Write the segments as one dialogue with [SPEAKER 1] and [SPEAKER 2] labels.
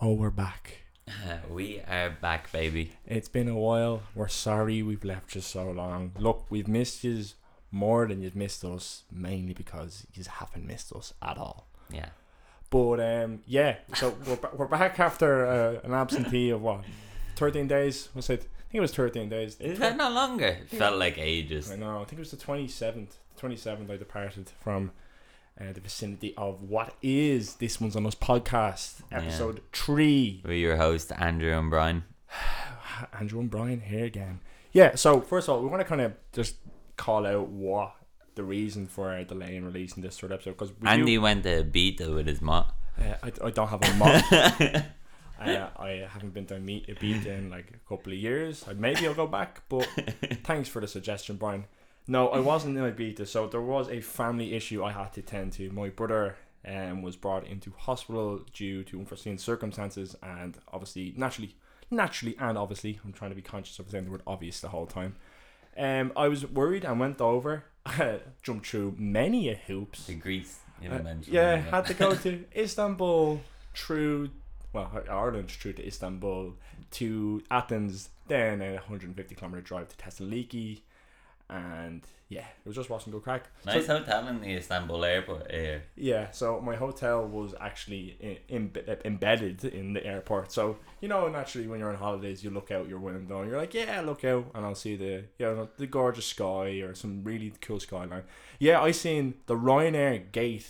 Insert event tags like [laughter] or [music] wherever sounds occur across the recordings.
[SPEAKER 1] Oh, we're back.
[SPEAKER 2] Uh, we are back, baby.
[SPEAKER 1] It's been a while. We're sorry we've left you so long. Look, we've missed you more than you've missed us, mainly because you haven't missed us at all.
[SPEAKER 2] Yeah.
[SPEAKER 1] But um, yeah, so [laughs] we're, ba- we're back after uh, an absentee of what? 13 days? Was it? I think it was 13 days. Is it?
[SPEAKER 2] No longer. It Felt like ages.
[SPEAKER 1] I know. I think it was the 27th. The 27th I departed from uh, the vicinity of what is This One's On Us podcast,
[SPEAKER 2] Yeah.
[SPEAKER 1] episode 3.
[SPEAKER 2] We're your host, Andrew and Brian.
[SPEAKER 1] [sighs] Andrew and Brian here again. Yeah, so first of all, we want to kind of just call out what the reason for our delay in releasing this third episode because we
[SPEAKER 2] Andy
[SPEAKER 1] do,
[SPEAKER 2] went to Ibiza with his mom.
[SPEAKER 1] uh, I, I don't have a mom. I, I haven't been to a meet a beat in like a couple of years. Uh, Maybe I'll go back, but thanks for the suggestion, Brian. No, I wasn't in Ibiza, so there was a family issue I had to tend to. My brother um, was brought into hospital due to unforeseen circumstances, and obviously, naturally, naturally, and obviously, I'm trying to be conscious of saying the word obvious the whole time. Um, I was worried and went over, [laughs] jumped through many a hoops.
[SPEAKER 2] To Greece. You
[SPEAKER 1] Uh,
[SPEAKER 2] mentioned
[SPEAKER 1] yeah,
[SPEAKER 2] that.
[SPEAKER 1] had to go to Istanbul, through well Ireland, through to Istanbul, to Athens, then a 150 kilometer drive to Thessaloniki, and yeah, it was just watching go crack. So-
[SPEAKER 2] Nice hotel in the Istanbul airport here.
[SPEAKER 1] yeah, so my hotel was actually in, in, embedded in the airport. So you know, naturally, when you're on holidays, you look out your window and you're like, "Yeah, look out," and I'll see the you know the gorgeous sky or some really cool skyline. Yeah, I seen the Ryanair gate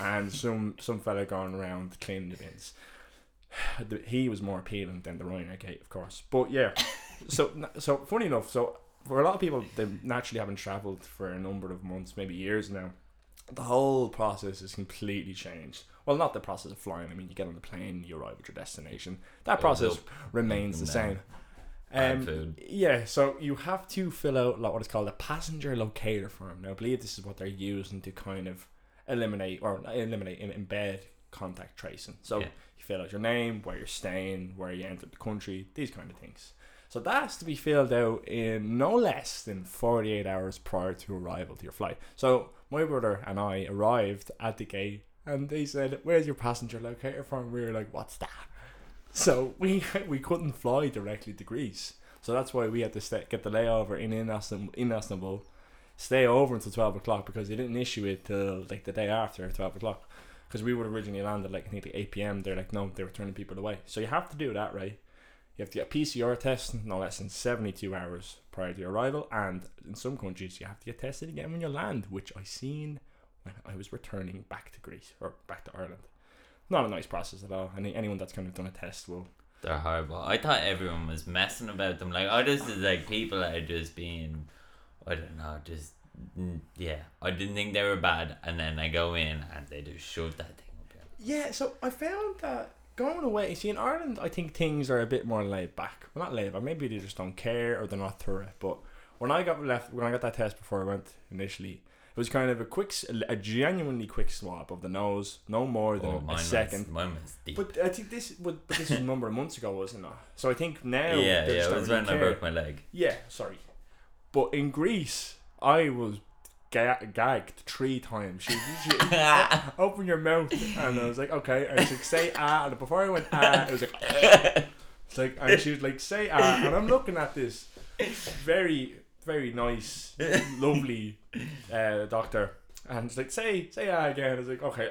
[SPEAKER 1] and some some fella going around cleaning the bins. [sighs] The- He was more appealing than the Ryanair gate, of course. But yeah, so so funny enough, so for a lot of people, they naturally haven't travelled for a number of months, maybe years now the whole process is completely changed. Well, not the process of flying. I mean, you get on the plane, you arrive at your destination. That process
[SPEAKER 2] up,
[SPEAKER 1] remains the
[SPEAKER 2] and
[SPEAKER 1] same.
[SPEAKER 2] down. And food.
[SPEAKER 1] Um, Yeah, so you have to fill out like what is called a passenger locator form. Now, I believe this is what they're using to kind of eliminate or not eliminate and embed contact tracing. So
[SPEAKER 2] Yeah.
[SPEAKER 1] you fill out your name, where you're staying, where you entered the country, these kind of things. So that has to be filled out in no less than 48 hours prior to arrival to your flight. So my brother and I arrived at the gate and they said, Where's your passenger locator form? We were like, What's that? So we we couldn't fly directly to Greece. So that's why we had to stay, get the layover in Istanbul, in Istanbul, stay over until 12 o'clock because they didn't issue it till like the day after 12 o'clock. Because we would originally landed like I think like 8 p.m. They're like, no, they were turning people away. So you have to do that, right? You have to get a PCR test no less than 72 hours prior to your arrival. And in some countries, you have to get tested again when you land, which I seen when I was returning back to Greece or back to Ireland. Not a nice process at all. Any, anyone that's kind of done a test will
[SPEAKER 2] They're horrible. I thought everyone was messing about them. Like, oh, this is like people that are just being, I don't know, just, mm, yeah. I didn't think they were bad. And then I go in and they just shove that thing up. your
[SPEAKER 1] Yeah, so I found that going away. See, in Ireland, I think things are a bit more laid back. Well, not laid back. Maybe they just don't care or they're not thorough. But when I got left, when I got that test before I went initially, it was kind of a quick, s- a genuinely quick swab of the nose, no more than
[SPEAKER 2] Oh,
[SPEAKER 1] a
[SPEAKER 2] mine
[SPEAKER 1] second.
[SPEAKER 2] Was, mine was deep.
[SPEAKER 1] But I think this, but, but this was a number of months ago, wasn't it? So I think now,
[SPEAKER 2] yeah,
[SPEAKER 1] they
[SPEAKER 2] yeah,
[SPEAKER 1] just
[SPEAKER 2] it
[SPEAKER 1] don't
[SPEAKER 2] was
[SPEAKER 1] really
[SPEAKER 2] when I
[SPEAKER 1] care.
[SPEAKER 2] broke my leg.
[SPEAKER 1] Yeah, sorry. But in Greece, I was ga- gagged three times. She, she open your mouth, and I was like, okay. And she's like, say ah. And before I went ah, it was like, [laughs] it's like, and she was like, say ah. And I'm looking at this very, very nice, lovely uh, doctor, and she's like, say, say ah again. I was like,
[SPEAKER 2] [laughs]
[SPEAKER 1] okay.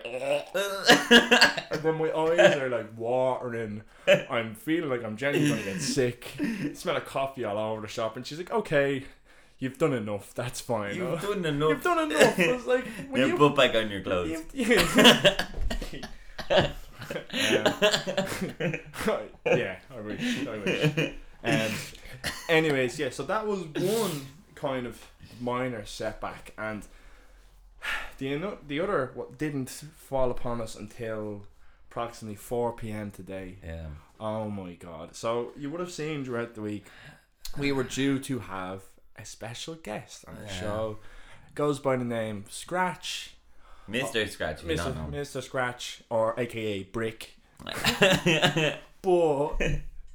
[SPEAKER 1] And then my eyes are like watering. I'm feeling like I'm genuinely gonna get sick. Smell of coffee all over the shop, and she's like, "Okay, you've done enough. That's fine.
[SPEAKER 2] You've
[SPEAKER 1] [laughs] You've,
[SPEAKER 2] done enough.
[SPEAKER 1] done enough." I was like, "Will
[SPEAKER 2] Now
[SPEAKER 1] you?"
[SPEAKER 2] put back on your clothes. [laughs]
[SPEAKER 1] you- yeah. Um, [laughs] yeah, I wish. I wish. Um, anyways, yeah. So that was one kind of minor setback, and the ano- the other what didn't fall upon us until approximately 4 p.m. today.
[SPEAKER 2] yeah.
[SPEAKER 1] Oh my god. So you would have seen throughout the week we were due to have a special guest on the
[SPEAKER 2] Yeah.
[SPEAKER 1] show. Goes by the name Scratch.
[SPEAKER 2] Mr. Scratch, you
[SPEAKER 1] Mr.
[SPEAKER 2] don't know.
[SPEAKER 1] Mr. Scratch or aka Brick. But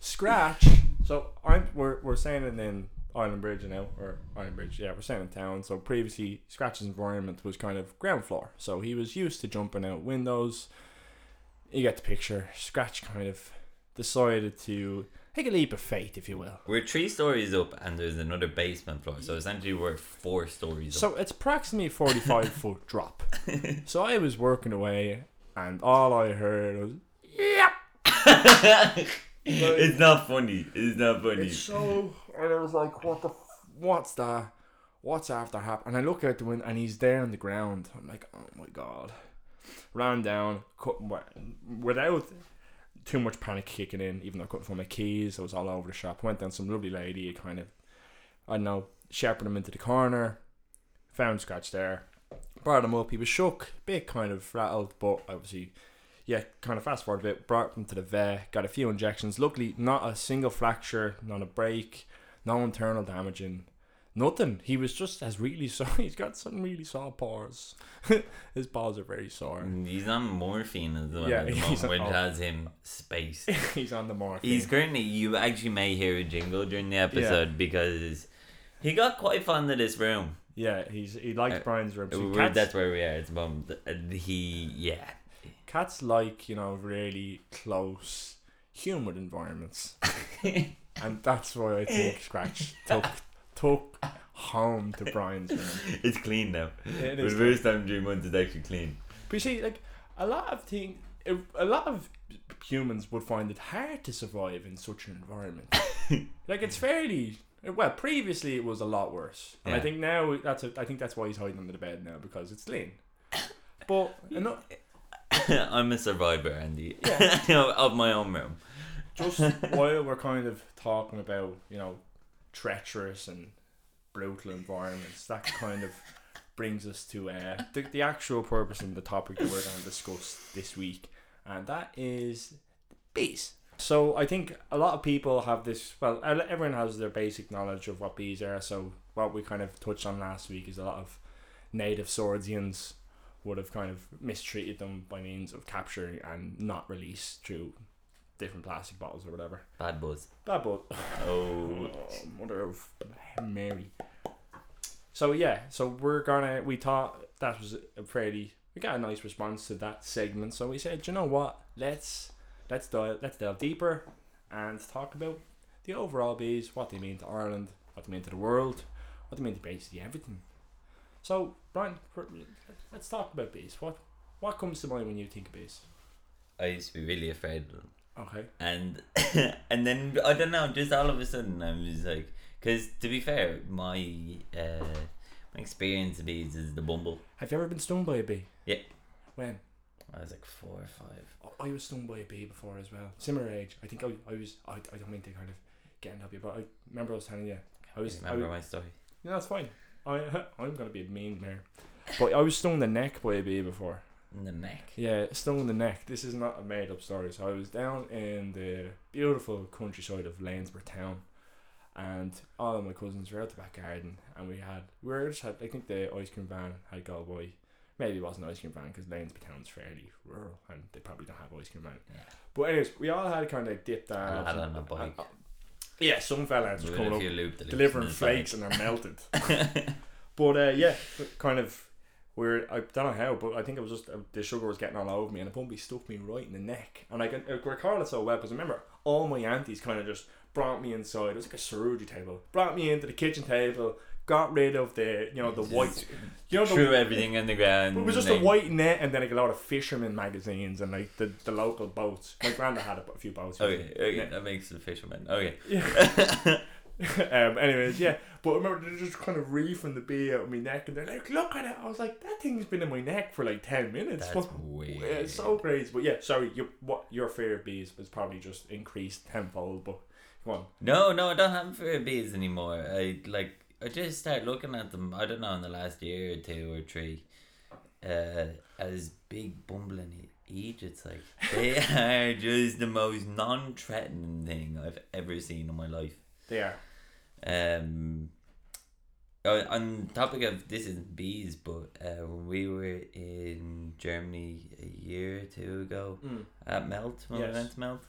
[SPEAKER 1] Scratch so I'm we're we're saying it in Island Bridge now or Island Bridge, yeah, we're saying in town. So previously Scratch's environment was kind of ground floor. So he was used to jumping out windows. You get the picture. Scratch kind of decided to take a leap of faith, if you will.
[SPEAKER 2] [laughs] We're three stories up, and there's another basement floor. So essentially, we're four stories up.
[SPEAKER 1] So it's approximately 45 foot drop. So I was working away, and all I heard was, yep.
[SPEAKER 2] it's not funny. It's not funny.
[SPEAKER 1] It's so, and I was like, what the, f- what's that? What's after happened? And I look out the window, and he's there on the ground. I'm like, oh my god. Ran down, cut, wa- without too much panic kicking in, even though I couldn't find my keys. I was all over the shop. Went down some lovely lady, who kind of, I don't know, shepherded him into the corner. Found Scratch there. Brought him up. He was shook, bit kind of rattled, but obviously yeah, kind of fast forward a bit, brought them to the vet, got a few injections. Luckily, not a single fracture, not a break, no internal damaging, nothing. He was just as really [laughs] sore. He's got some really sore paws. [laughs] His paws are very [laughs] sore.
[SPEAKER 2] Mm, He's on morphine as well
[SPEAKER 1] Yeah,
[SPEAKER 2] at the
[SPEAKER 1] he's
[SPEAKER 2] moment,
[SPEAKER 1] on-
[SPEAKER 2] which
[SPEAKER 1] oh.
[SPEAKER 2] has him
[SPEAKER 1] [laughs]
[SPEAKER 2] spaced.
[SPEAKER 1] He's on the morphine.
[SPEAKER 2] He's currently. You actually may hear a jingle during the episode because he got quite fond of this room.
[SPEAKER 1] yeah, he's he likes
[SPEAKER 2] Uh,
[SPEAKER 1] Brian's room. See,
[SPEAKER 2] We're-
[SPEAKER 1] cats,
[SPEAKER 2] that's where we are at the moment. And He, yeah,
[SPEAKER 1] cats like you know really close, humid [laughs] environments, and that's why I think Scratch took took home to Brian's room.
[SPEAKER 2] it's clean now.
[SPEAKER 1] It
[SPEAKER 2] For
[SPEAKER 1] is
[SPEAKER 2] the first time during months, it's
[SPEAKER 1] [laughs]
[SPEAKER 2] actually clean.
[SPEAKER 1] But you see, like a lot of things, a lot of humans would find it hard to survive in such an [laughs] environment. like it's fairly well. Previously, it was a lot worse, and I
[SPEAKER 2] Yeah.
[SPEAKER 1] think now that's a, I think that's why he's hiding under the bed now because it's clean. [laughs] But ano-
[SPEAKER 2] I'm a survivor, Andy, [laughs] of my own room.
[SPEAKER 1] just while we're kind of talking about you know treacherous and brutal environments, that kind of brings us to uh, the, the actual purpose and the topic that we're going to discuss this week, and that is bees. So I think a lot of people have this. Well, el- everyone has their basic knowledge of what bees are. So what we kind of touched on last week is a lot of native swordians would have kind of mistreated them by means of capture and not release through different plastic bottles or whatever.
[SPEAKER 2] Bad buzz.
[SPEAKER 1] Bad boy.
[SPEAKER 2] Oh,
[SPEAKER 1] mother of Mary. So yeah, so we're gonna. We thought that was a fairly. We got a nice response to that segment, so we said, you know what? Let's let's dive let's delve deeper and talk about the overall bees, what they mean to Ireland, what they mean to the world, what they mean to basically everything. So Brian, for- let's talk about bees. What what comes to mind when you think of bees?
[SPEAKER 2] I used to be really afraid of them.
[SPEAKER 1] Okay.
[SPEAKER 2] and [coughs] and then I don't know, just all of a sudden I was like, because to be fair, my uh, my experience of bees is the bumble.
[SPEAKER 1] Have you ever been stung by a bee?
[SPEAKER 2] Yeah.
[SPEAKER 1] When?
[SPEAKER 2] I was like four or five.
[SPEAKER 1] Oh, I was stung by a bee before as well. Similar age. I think I, I was. I, I don't mean to kind of get into you, but I remember I was telling you. I was. I,
[SPEAKER 2] Remember
[SPEAKER 1] was-
[SPEAKER 2] my story?
[SPEAKER 1] yeah, that's fine. I [laughs] I'm gonna be a mean there. But I was stung in the neck by a bee before.
[SPEAKER 2] In the neck.
[SPEAKER 1] Yeah, stung in the neck. This is not a made up story. So I was down in the beautiful countryside of Lanesborough town, and all of my cousins were out the back garden, and we had we were just had I think the ice cream van had got away. Maybe it wasn't an ice cream van because Lanesborough town's fairly rural, and they probably don't have ice cream van.
[SPEAKER 2] Yeah.
[SPEAKER 1] But anyways, we all had kind of dipped
[SPEAKER 2] I
[SPEAKER 1] down.
[SPEAKER 2] had on a bike.
[SPEAKER 1] uh, yeah, some fella was
[SPEAKER 2] With
[SPEAKER 1] coming
[SPEAKER 2] a
[SPEAKER 1] up
[SPEAKER 2] few loop the loops
[SPEAKER 1] delivering
[SPEAKER 2] in the side.
[SPEAKER 1] flakes and they're melted. [laughs] but uh, yeah, kind of. We're, I don't know how, but I think it was just uh, the sugar was getting all over me, and a bumpy stuck me right in the neck. And I can uh, I recall it so well because remember, all my aunties kind of just brought me inside. It was like a surgery table. Brought me into the kitchen table, got rid of the you know the
[SPEAKER 2] Just
[SPEAKER 1] white, you know
[SPEAKER 2] Threw
[SPEAKER 1] the.
[SPEAKER 2] everything on the ground.
[SPEAKER 1] It was just a
[SPEAKER 2] like,
[SPEAKER 1] white net, and then like a lot of fishermen magazines and like the, the local boats. My granda had a, b- a few boats.
[SPEAKER 2] Okay, okay, that makes the fisherman. Okay. [laughs]
[SPEAKER 1] um, anyways, yeah. But I remember they're just kind of reefing the bee out of my neck, and they're like, "Look at it!" I was like, "That thing's been in my neck for like ten minutes."
[SPEAKER 2] That's
[SPEAKER 1] What-
[SPEAKER 2] weird.
[SPEAKER 1] yeah, it's so crazy. But yeah, sorry. Your what your fear of bees was probably just increased tenfold. But come on,
[SPEAKER 2] No, no, I don't have fear of bees anymore. I like I just start looking at them. I don't know in the last year or two or three, uh, as big bumbling e-, Egypts. Like [laughs] they are just the most non-threatening thing I've ever seen in my life.
[SPEAKER 1] they are.
[SPEAKER 2] Um, on- on topic of this is bees, but uh, when we were in Germany a year or two ago
[SPEAKER 1] Mm.
[SPEAKER 2] at Melt when
[SPEAKER 1] Yes.
[SPEAKER 2] we went to Melt.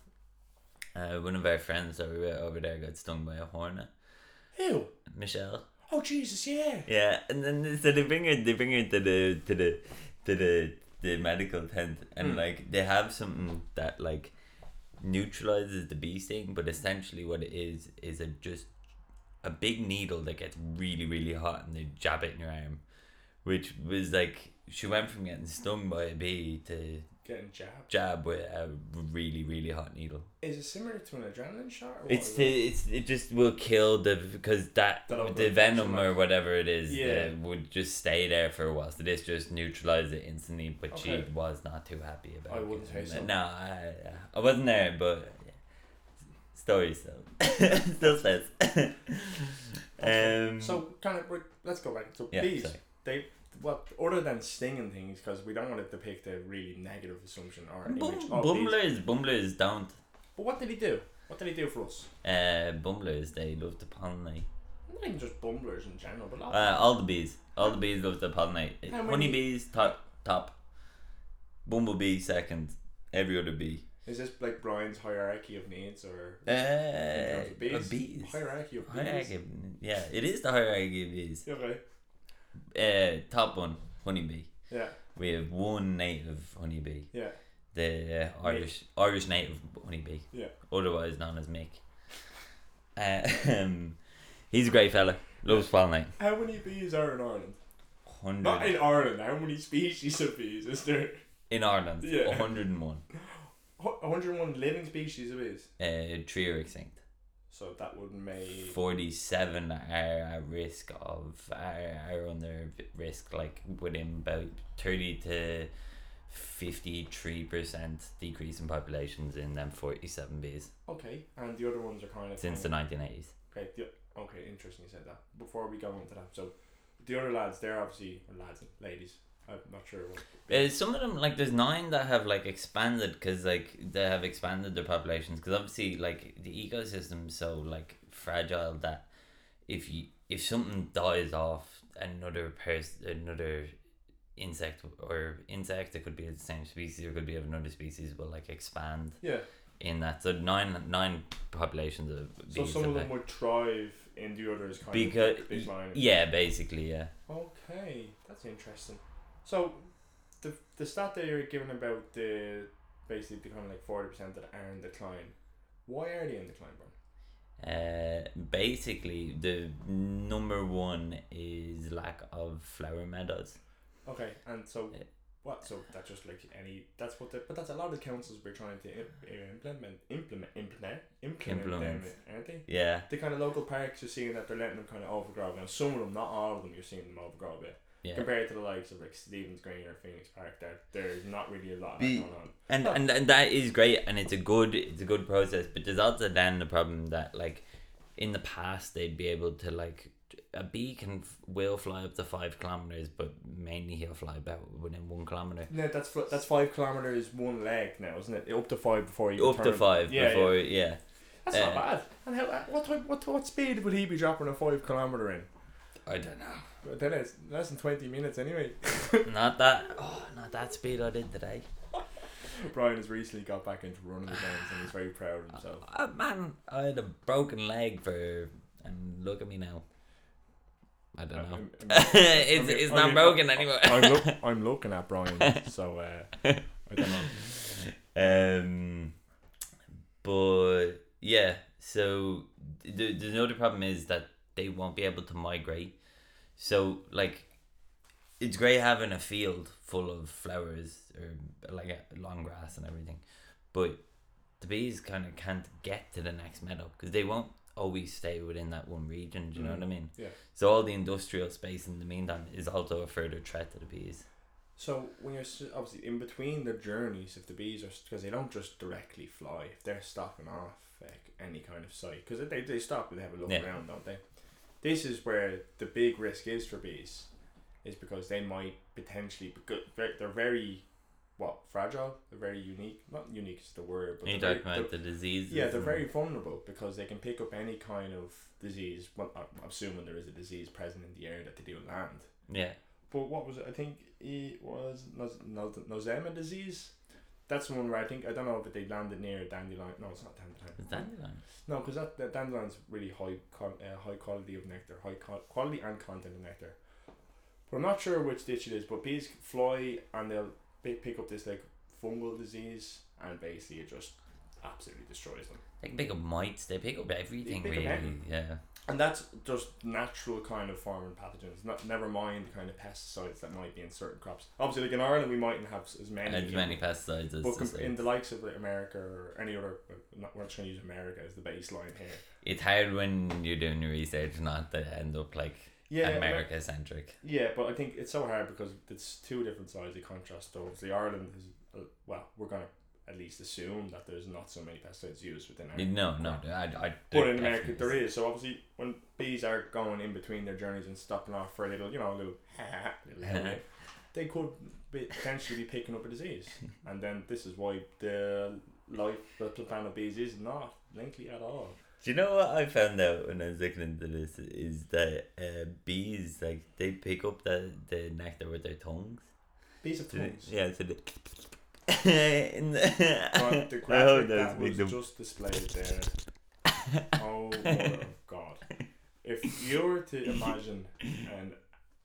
[SPEAKER 2] Uh, one of our friends that we were over there got stung by a hornet,
[SPEAKER 1] Ew.
[SPEAKER 2] Michelle.
[SPEAKER 1] Oh Jesus, yeah.
[SPEAKER 2] Yeah, and then they- so they bring her, they bring her to the to the to the the medical tent, and like they have something that like neutralizes the bee sting, but essentially what it is is a just a big needle that gets really really hot and they jab it in your arm, which was like she went from getting stung by a bee to
[SPEAKER 1] Getting jabbed.
[SPEAKER 2] jab with a really really hot needle.
[SPEAKER 1] Is it similar to an adrenaline shot? Or what
[SPEAKER 2] It's
[SPEAKER 1] is
[SPEAKER 2] to,
[SPEAKER 1] it?
[SPEAKER 2] it's it just will kill the because that
[SPEAKER 1] That'll
[SPEAKER 2] the
[SPEAKER 1] burn
[SPEAKER 2] venom
[SPEAKER 1] somebody.
[SPEAKER 2] or whatever it is
[SPEAKER 1] Yeah.
[SPEAKER 2] uh, would just stay there for a while. So this just neutralized it instantly. But
[SPEAKER 1] Okay.
[SPEAKER 2] she was not too happy about.
[SPEAKER 1] I
[SPEAKER 2] it.
[SPEAKER 1] wouldn't say so.
[SPEAKER 2] No, I, I wasn't there, but yeah. story still [laughs] still says. um.
[SPEAKER 1] so kind of we're- let's go back. So
[SPEAKER 2] yeah,
[SPEAKER 1] bees,
[SPEAKER 2] sorry.
[SPEAKER 1] they well other than stinging things because we don't want to depict a really negative assumption or image.
[SPEAKER 2] Bum-
[SPEAKER 1] of bees.
[SPEAKER 2] bumblers, bumblers don't.
[SPEAKER 1] But what did he do? What did he do for us?
[SPEAKER 2] Uh, bumblers, they love to pollinate.
[SPEAKER 1] Not even just bumblers in general, but lots
[SPEAKER 2] Uh, all the bees. All the bees love to pollinate.
[SPEAKER 1] How many-
[SPEAKER 2] Honeybees top top. Bumblebee second. Every other bee.
[SPEAKER 1] Is this like Brian's hierarchy of needs or
[SPEAKER 2] Uh,
[SPEAKER 1] of bees?
[SPEAKER 2] of bees.
[SPEAKER 1] hierarchy of bees?
[SPEAKER 2] Hierarchy. of- Yeah, it is the hierarchy of bees.
[SPEAKER 1] Okay.
[SPEAKER 2] Uh, top one, honeybee.
[SPEAKER 1] Yeah.
[SPEAKER 2] We have one native honeybee,
[SPEAKER 1] Yeah.
[SPEAKER 2] the uh, Irish Irish native honeybee,
[SPEAKER 1] Yeah.
[SPEAKER 2] otherwise known as Mick. Uh, [laughs] um, he's a great fella. Loves pollinating.
[SPEAKER 1] How many bees are in Ireland? Not
[SPEAKER 2] Hundred
[SPEAKER 1] in Ireland. How many species of bees is there?
[SPEAKER 2] in Ireland.
[SPEAKER 1] Yeah.
[SPEAKER 2] hundred and one.
[SPEAKER 1] Hu- 101 living species of bees.
[SPEAKER 2] Uh, three are extinct.
[SPEAKER 1] So that would make
[SPEAKER 2] 47 are at risk of are, are under risk like within about 30 to 53 percent decrease in populations in them 47 bees
[SPEAKER 1] okay, and the other ones are kind of
[SPEAKER 2] since the 1980s
[SPEAKER 1] okay. The, okay, interesting. You said that. Before we go on to that, so the other lads, they're obviously or lads and ladies. I'm not sure what.
[SPEAKER 2] uh, some of them like there's nine that have like expanded because like they have expanded their populations because obviously like the ecosystem's so like fragile that if you if something dies off another person another insect or insect it could be the same species or it could be of another species will like expand
[SPEAKER 1] Yeah.
[SPEAKER 2] in that so nine nine populations of
[SPEAKER 1] So
[SPEAKER 2] bees
[SPEAKER 1] some of
[SPEAKER 2] have
[SPEAKER 1] them would thrive in the others kind
[SPEAKER 2] Because-
[SPEAKER 1] of decline.
[SPEAKER 2] a- yeah basically yeah
[SPEAKER 1] Okay, that's interesting. So, the the stat that you're giving about the basically the kind of like forty percent that are in decline. Why are they in decline, bro?
[SPEAKER 2] Uh, basically, the number one is lack of flower meadows.
[SPEAKER 1] Okay, and so
[SPEAKER 2] Yeah.
[SPEAKER 1] what? So that's just like any. That's what. The, but that's a lot of the councils we're trying to im- uh, implement, implement, implement, implement, them,
[SPEAKER 2] Implement.
[SPEAKER 1] aren't they?
[SPEAKER 2] Yeah,
[SPEAKER 1] The kind of local parks you're seeing that they're letting them kind of overgrow. Now some of them, not all of them, you're seeing them overgrow a bit.
[SPEAKER 2] yeah.
[SPEAKER 1] Compared to the likes of like Stevens Green or Phoenix Park, there there's not really a lot of that
[SPEAKER 2] Be-
[SPEAKER 1] going on.
[SPEAKER 2] And, and and that is great, and it's a good it's a good process. But there's also then the problem that like in the past they'd be able to like a bee can f- will fly up to five kilometers, but mainly he'll fly about within one kilometer.
[SPEAKER 1] No, that's fi- that's five kilometers one leg now, isn't it? Up to five before you
[SPEAKER 2] Up to
[SPEAKER 1] turn.
[SPEAKER 2] five
[SPEAKER 1] Yeah,
[SPEAKER 2] before yeah.
[SPEAKER 1] That's
[SPEAKER 2] Uh,
[SPEAKER 1] not bad. And how, what type, what what speed would he be dropping a five kilometer in?
[SPEAKER 2] I don't know.
[SPEAKER 1] But then it's less than twenty minutes anyway. [laughs]
[SPEAKER 2] not that oh not that speed I did today.
[SPEAKER 1] Brian has recently got back into running again, and he's very proud of himself.
[SPEAKER 2] Uh, man, I had a broken leg for, and look at me now. I don't [laughs] know.
[SPEAKER 1] Uh, I'm- I'm-
[SPEAKER 2] it's
[SPEAKER 1] I'm- I'm-
[SPEAKER 2] it's not
[SPEAKER 1] I'm-
[SPEAKER 2] broken anymore.
[SPEAKER 1] [laughs] I'm,
[SPEAKER 2] [laughs]
[SPEAKER 1] look, I'm looking at Brian, so uh, I don't know.
[SPEAKER 2] Um, but yeah, so the the other problem is that they won't be able to migrate. So like, it's great having a field full of flowers or like a long grass and everything, but the bees kind of can't get to the next meadow because they won't always stay within that one region. Do you know what I mean?
[SPEAKER 1] Yeah.
[SPEAKER 2] So all the industrial space in the meantime is also a further threat to the bees.
[SPEAKER 1] So when you're s- obviously in between the journeys, if the bees are because they don't just directly fly, if they're stopping off like, any kind of site, because they they stop and they have a look
[SPEAKER 2] Yeah.
[SPEAKER 1] around, don't they? This is where the big risk is for bees, is because they might potentially because they're they're very what fragile, they're very unique. Not unique is the word, but
[SPEAKER 2] When you
[SPEAKER 1] they're
[SPEAKER 2] talk
[SPEAKER 1] very- they're-
[SPEAKER 2] about the diseases.
[SPEAKER 1] yeah, they're
[SPEAKER 2] and-
[SPEAKER 1] very vulnerable because they can pick up any kind of disease. Well, I'm assuming there is a disease present in the air that they do land.
[SPEAKER 2] yeah.
[SPEAKER 1] But what was it? I think it was Noz- Noz- Nozema disease. That's the one where I think I don't know if they landed near a dandelion. No, it's not dandelion.
[SPEAKER 2] Is dandelion.
[SPEAKER 1] No, because that, that dandelion's really high con- uh, high quality of nectar, high co- quality and content of nectar. But I'm not sure which ditch it is. But bees fly and they'll pi- pick up this like fungal disease, and basically it just absolutely destroys them.
[SPEAKER 2] They can pick up mites. They pick up everything.
[SPEAKER 1] pick up
[SPEAKER 2] really.
[SPEAKER 1] everything.
[SPEAKER 2] Yeah.
[SPEAKER 1] And that's just natural kind of farming pathogens. Not never mind the kind of pesticides that might be in certain crops. Obviously, like in Ireland, we mightn't have s- as many.
[SPEAKER 2] As many pesticides
[SPEAKER 1] But
[SPEAKER 2] as the
[SPEAKER 1] com- in
[SPEAKER 2] States.
[SPEAKER 1] the likes of like, America or any other, uh, not, we're not going to use America as the baseline here.
[SPEAKER 2] It's hard when you're doing your research not to end up like
[SPEAKER 1] Yeah, Amer-
[SPEAKER 2] America centric.
[SPEAKER 1] Yeah, but I think it's so hard because it's two different sides of contrast. Though, the Ireland is uh, well, we're gonna at least assume that there's not so many pesticides used within Ireland.
[SPEAKER 2] No, no. I, I,
[SPEAKER 1] But in America, there is. So obviously, when bees are going in between their journeys and stopping off for a little, you know, a little, little holiday, they could be, potentially be picking up a
[SPEAKER 2] [laughs]
[SPEAKER 1] disease. And then this is why the life the plan of bees is not lengthy at all.
[SPEAKER 2] Do you know what I found out when I was looking into this is that uh, bees like they pick up the, the nectar with their tongues.
[SPEAKER 1] Bees have
[SPEAKER 2] Do they- [laughs]
[SPEAKER 1] tongues.
[SPEAKER 2] Yeah, so they. [laughs] In the-
[SPEAKER 1] But the
[SPEAKER 2] I
[SPEAKER 1] graphic
[SPEAKER 2] hope Oh, that's
[SPEAKER 1] that was
[SPEAKER 2] big. them-
[SPEAKER 1] just displayed there.
[SPEAKER 2] [laughs]
[SPEAKER 1] Oh mother of God! If you were to imagine and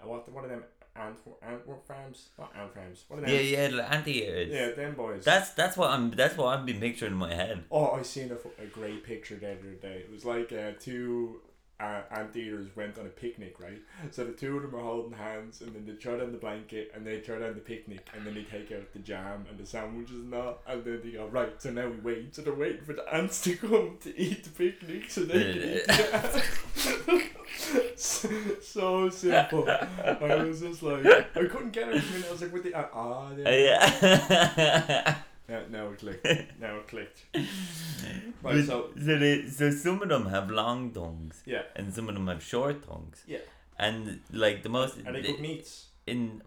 [SPEAKER 1] what what are them ant ant farms? Not ant farms. What are them?
[SPEAKER 2] [laughs] Yeah, yeah, like anti-eaters.
[SPEAKER 1] yeah, them boys.
[SPEAKER 2] That's that's what I'm. That's what I've been picturing in my head.
[SPEAKER 1] Oh, I seen a, f- a great picture the other day. It was like uh, two uh, anteaters went on a picnic, right? So the two of them are holding hands, and then they throw down the blanket, and they throw down the picnic, and then they take out the jam and the sandwiches and all, and then they go right. So now we wait. So they're waiting for the ants to come to eat the picnic, so they can eat. the- [laughs] so simple. I was just like, I couldn't get it. I was like, what the ah, ah
[SPEAKER 2] Uh,
[SPEAKER 1] there.
[SPEAKER 2] yeah. [laughs]
[SPEAKER 1] Now, now it clicked. Now it clicked.
[SPEAKER 2] But-
[SPEAKER 1] Right, so
[SPEAKER 2] so, they, so some of them have long tongues
[SPEAKER 1] yeah.
[SPEAKER 2] and some of them have short tongues.
[SPEAKER 1] Yeah.
[SPEAKER 2] And like the most
[SPEAKER 1] Are they good meats?
[SPEAKER 2] in,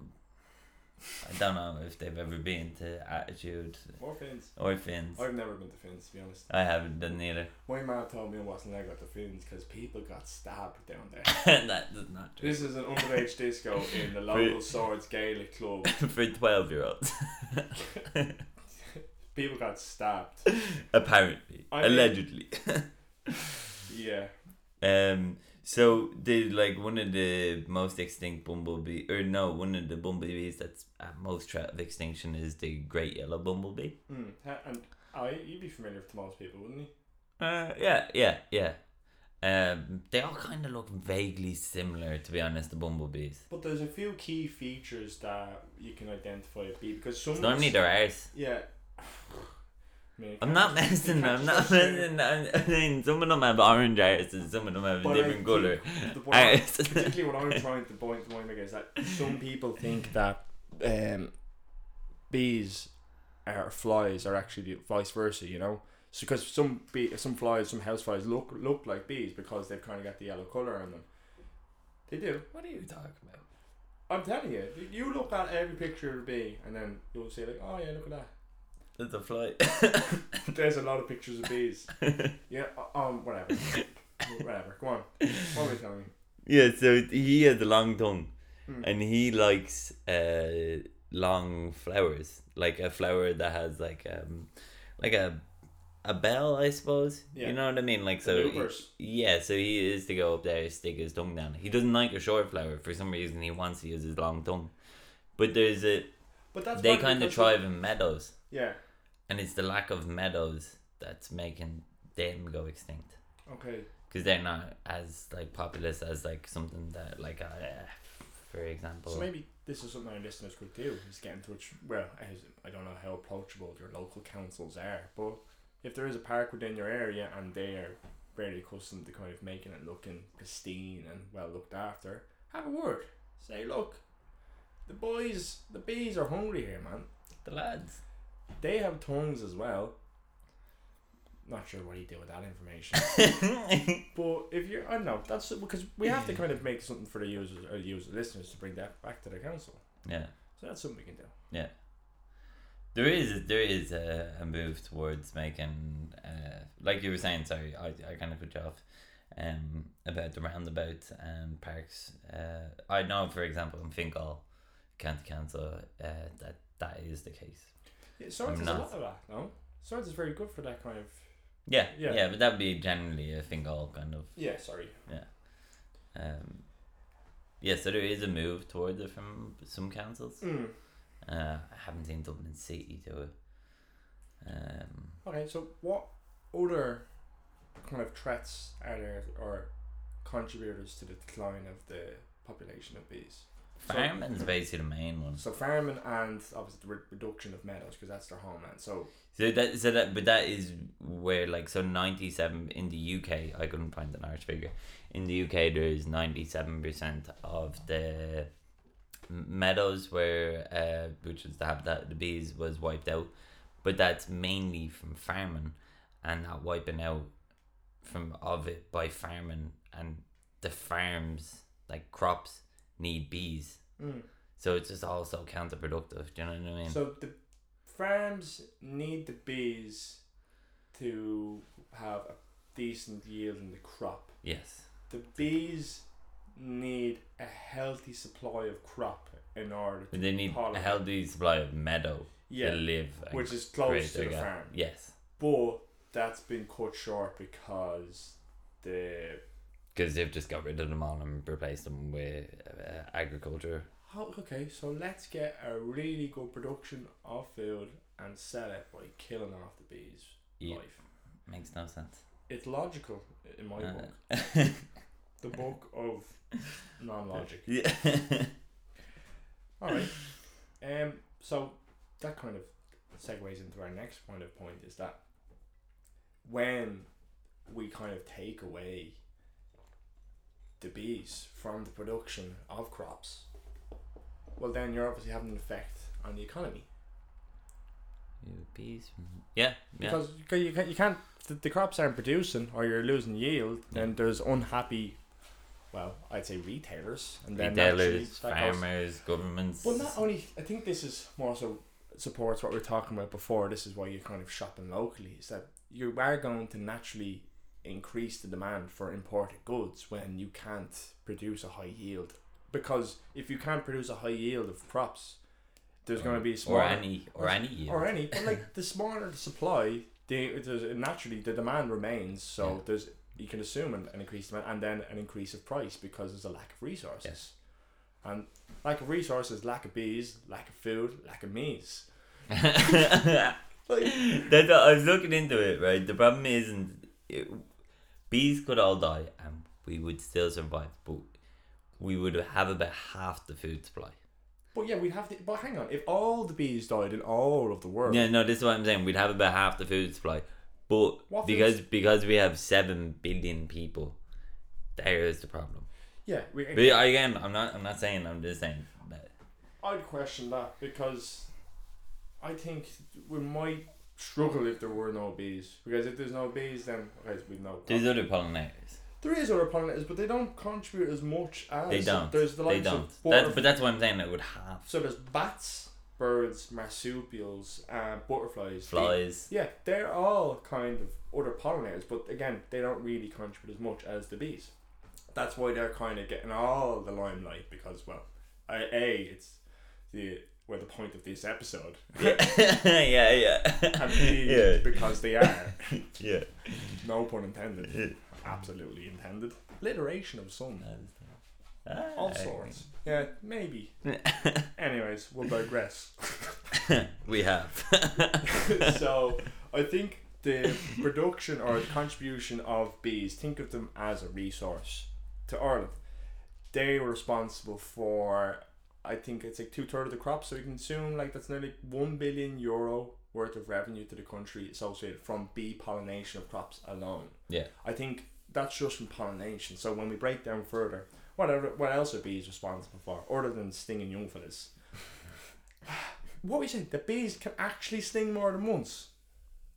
[SPEAKER 2] I don't know if they've ever been to Attitude
[SPEAKER 1] More fins.
[SPEAKER 2] or Fins.
[SPEAKER 1] I've never been to fins, to be honest.
[SPEAKER 2] I haven't done either. [laughs]
[SPEAKER 1] My man told me I wasn't allowed to go to fins because people got stabbed down there.
[SPEAKER 2] that does not do.
[SPEAKER 1] This is an underage disco in the local Swords Gaelic club.
[SPEAKER 2] For twelve year olds,
[SPEAKER 1] People got stabbed.
[SPEAKER 2] [laughs] apparently,
[SPEAKER 1] I mean-
[SPEAKER 2] allegedly. [laughs]
[SPEAKER 1] Yeah.
[SPEAKER 2] Um. So they like one of the most extinct bumblebee, or no, one of the bumblebees that's at most threat of extinction is the great yellow bumblebee.
[SPEAKER 1] Mm. Ha- And I, you'd be familiar with most people, wouldn't you?
[SPEAKER 2] Uh. Yeah. Yeah. Yeah. Um. They all kind of look vaguely similar, to be honest. The bumblebees.
[SPEAKER 1] But there's a few key features that you can identify a bee because some.
[SPEAKER 2] It's normally their arse.
[SPEAKER 1] Yeah. [sighs] I mean,
[SPEAKER 2] I'm not [laughs]
[SPEAKER 1] you
[SPEAKER 2] messing.
[SPEAKER 1] can't
[SPEAKER 2] I'm not
[SPEAKER 1] just say-
[SPEAKER 2] messing. I'm- I mean, some of them have orange arse and some of them have a
[SPEAKER 1] But I
[SPEAKER 2] different color.
[SPEAKER 1] think the point-
[SPEAKER 2] Arse. [laughs]
[SPEAKER 1] particularly what I'm trying to point the point make is that some people think that um, bees or flies are actually vice versa, you know. Because some bee, some flies, some house flies look look like bees because they've kind of got the yellow color on them. They do.
[SPEAKER 2] What are you talking about?
[SPEAKER 1] I'm telling you, you look at every picture of a bee, and then you'll say like, oh yeah, look at that. [laughs]
[SPEAKER 2] That's a fly. [laughs]
[SPEAKER 1] There's a lot of pictures of bees. yeah, uh, um, whatever, whatever. Go on. What were you telling me?
[SPEAKER 2] Yeah, so he has a long tongue,
[SPEAKER 1] Hmm.
[SPEAKER 2] and he likes uh long flowers, like a flower that has like um like a a bell, I suppose.
[SPEAKER 1] Yeah.
[SPEAKER 2] You know what I mean? Like
[SPEAKER 1] The
[SPEAKER 2] so. he-
[SPEAKER 1] loopers.
[SPEAKER 2] yeah, so he is to go up there, stick his tongue down. He doesn't like a short flower for some reason. He wants to use his long tongue, but there's a
[SPEAKER 1] But that's
[SPEAKER 2] they
[SPEAKER 1] probably
[SPEAKER 2] kind of
[SPEAKER 1] because-
[SPEAKER 2] thrive in meadows,
[SPEAKER 1] Yeah.
[SPEAKER 2] and it's the lack of meadows that's making them go extinct
[SPEAKER 1] Okay.
[SPEAKER 2] because they're not as like populous as like something that like uh, for example
[SPEAKER 1] So maybe this is something our listeners could do: is get in touch. Well, as- I don't know how approachable your local councils are, but if there is a park within your area and they are very accustomed to kind of making it looking pristine and well looked after, have a word. Say, look, the boys, the bees are hungry here, man.
[SPEAKER 2] the lads
[SPEAKER 1] They have tongues as well. Not sure what he did with that information. But if you're, I don't know, that's because we have to kind of make something for the users or the user listeners to bring that back to the council.
[SPEAKER 2] yeah
[SPEAKER 1] So that's something we can do.
[SPEAKER 2] there is there is a, a move towards making uh like you were saying sorry i, I kind of cut you off um about the roundabouts and parks uh i know for example in fingal county council uh that that is the case
[SPEAKER 1] Yeah, science
[SPEAKER 2] I'm
[SPEAKER 1] is a
[SPEAKER 2] not.
[SPEAKER 1] lot of that, no? Science is very good for that kind of.
[SPEAKER 2] yeah
[SPEAKER 1] Yeah.
[SPEAKER 2] yeah, yeah but that would be generally a fingal kind of
[SPEAKER 1] Yeah, sorry.
[SPEAKER 2] Um, yeah, so there is a move towards it from some councils.
[SPEAKER 1] Mm.
[SPEAKER 2] Uh, I haven't seen Dublin City do it. Um,
[SPEAKER 1] Okay, so what other kind of threats are there or contributors to the decline of the population of bees? So-
[SPEAKER 2] farming's basically the main one.
[SPEAKER 1] So farming and obviously the re- reduction of meadows because that's their homeland. So
[SPEAKER 2] So that so that but that is where like so ninety seven in the UK I couldn't find an Irish figure. In the UK there is ninety seven percent of the m- meadows where uh which is the habitat of the bees was wiped out. But that's mainly from farming and that wiping out from of it by farming and the farms like crops need bees.
[SPEAKER 1] Mm.
[SPEAKER 2] So it's just also counterproductive, do you know what I mean?
[SPEAKER 1] so the farms need the bees to have a decent yield in the crop.
[SPEAKER 2] yes.
[SPEAKER 1] The bees need a healthy supply of crop in order to
[SPEAKER 2] They need
[SPEAKER 1] pollinate.
[SPEAKER 2] a healthy supply of meadow to
[SPEAKER 1] yeah,
[SPEAKER 2] live, and
[SPEAKER 1] which is
[SPEAKER 2] create
[SPEAKER 1] close to
[SPEAKER 2] their
[SPEAKER 1] the
[SPEAKER 2] ga-
[SPEAKER 1] farm.
[SPEAKER 2] Yes,
[SPEAKER 1] But that's been cut short because the
[SPEAKER 2] because they've just got rid of them all and replaced them with uh, agriculture.
[SPEAKER 1] oh, okay, so let's get a really good production of food and sell it by killing off the bees'
[SPEAKER 2] Yeah.
[SPEAKER 1] life.
[SPEAKER 2] Makes no sense.
[SPEAKER 1] It's logical in my
[SPEAKER 2] Uh,
[SPEAKER 1] book, the book of non-logic.
[SPEAKER 2] [laughs] yeah.
[SPEAKER 1] All right, um, so that kind of segues into our next kind of point is that when we kind of take away the bees from the production of crops, well, then you're obviously having an effect on the economy.
[SPEAKER 2] You bees from- Yeah, yeah.
[SPEAKER 1] Because you ca- you can't, you can't the, the crops aren't producing or you're losing yield, then there's unhappy, well, I'd say retailers. And then that
[SPEAKER 2] Retailers,
[SPEAKER 1] cheese- that goes-
[SPEAKER 2] farmers, governments.
[SPEAKER 1] Well, not only, I think this is more so supports what we were talking about before. This is why you're kind of shopping locally, is that you are going to naturally increase the demand for imported goods when you can't produce a high yield. Because if you can't produce a high yield of crops, there's going to be a
[SPEAKER 2] or
[SPEAKER 1] smaller-
[SPEAKER 2] any or any year.
[SPEAKER 1] or any, but
[SPEAKER 2] [laughs]
[SPEAKER 1] like the smaller the supply, the there's naturally the demand remains. So
[SPEAKER 2] Yeah.
[SPEAKER 1] there's you can assume an, an increased demand and then an increase of price because there's a lack of resources.
[SPEAKER 2] Yes.
[SPEAKER 1] And lack of resources, lack of bees, lack of food, lack of means. Like,
[SPEAKER 2] That's what I was looking into it, right? The problem isn't it, bees could all die and we would still survive, but we would have about half the food supply.
[SPEAKER 1] but yeah, we'd have to. But hang on, if all the bees died in all of the world,
[SPEAKER 2] Yeah, no, this is what I'm saying. We'd have about half the food supply, but
[SPEAKER 1] What food
[SPEAKER 2] because because we have seven billion people, there is the problem.
[SPEAKER 1] yeah, we,
[SPEAKER 2] But again, I'm not I'm not saying I'm just saying that.
[SPEAKER 1] I'd question that because I think we might struggle if there were no bees. Because if there's no bees, then okay, we'd know.
[SPEAKER 2] There's other pollinators.
[SPEAKER 1] There is other pollinators, but they don't contribute as much as
[SPEAKER 2] They don't.
[SPEAKER 1] There's the
[SPEAKER 2] they
[SPEAKER 1] likes
[SPEAKER 2] don't.
[SPEAKER 1] Of
[SPEAKER 2] That's,
[SPEAKER 1] butterf-
[SPEAKER 2] but that's what I'm saying. It would have
[SPEAKER 1] so there's bats, birds, marsupials, and butterflies. They- [laughs]
[SPEAKER 2] flies.
[SPEAKER 1] yeah, they're all kind of other pollinators, but again, they don't really contribute as much as the bees. That's why they're kind of getting all the limelight because, well, I- a it's the well the point of this
[SPEAKER 2] [laughs]
[SPEAKER 1] episode,
[SPEAKER 2] yeah, yeah,
[SPEAKER 1] and b
[SPEAKER 2] yeah,
[SPEAKER 1] because they are
[SPEAKER 2] yeah.
[SPEAKER 1] no pun
[SPEAKER 2] [laughs]
[SPEAKER 1] intended, absolutely intended. Alliteration of some.
[SPEAKER 2] Ah,
[SPEAKER 1] All sorts. Yeah, maybe. Anyways, we'll digress.
[SPEAKER 2] We have.
[SPEAKER 1] so, I think the production or the contribution of bees, think of them as a resource to Ireland. They were responsible for, I think it's like two thirds of the crop, so you can assume like that's nearly 1 billion euro worth of revenue to the country associated from bee pollination of crops alone.
[SPEAKER 2] Yeah.
[SPEAKER 1] I think that's just from pollination. So when we break down further, whatever what else are bees responsible for other than stinging young fellas? [sighs] what we said, the bees can actually sting more than once.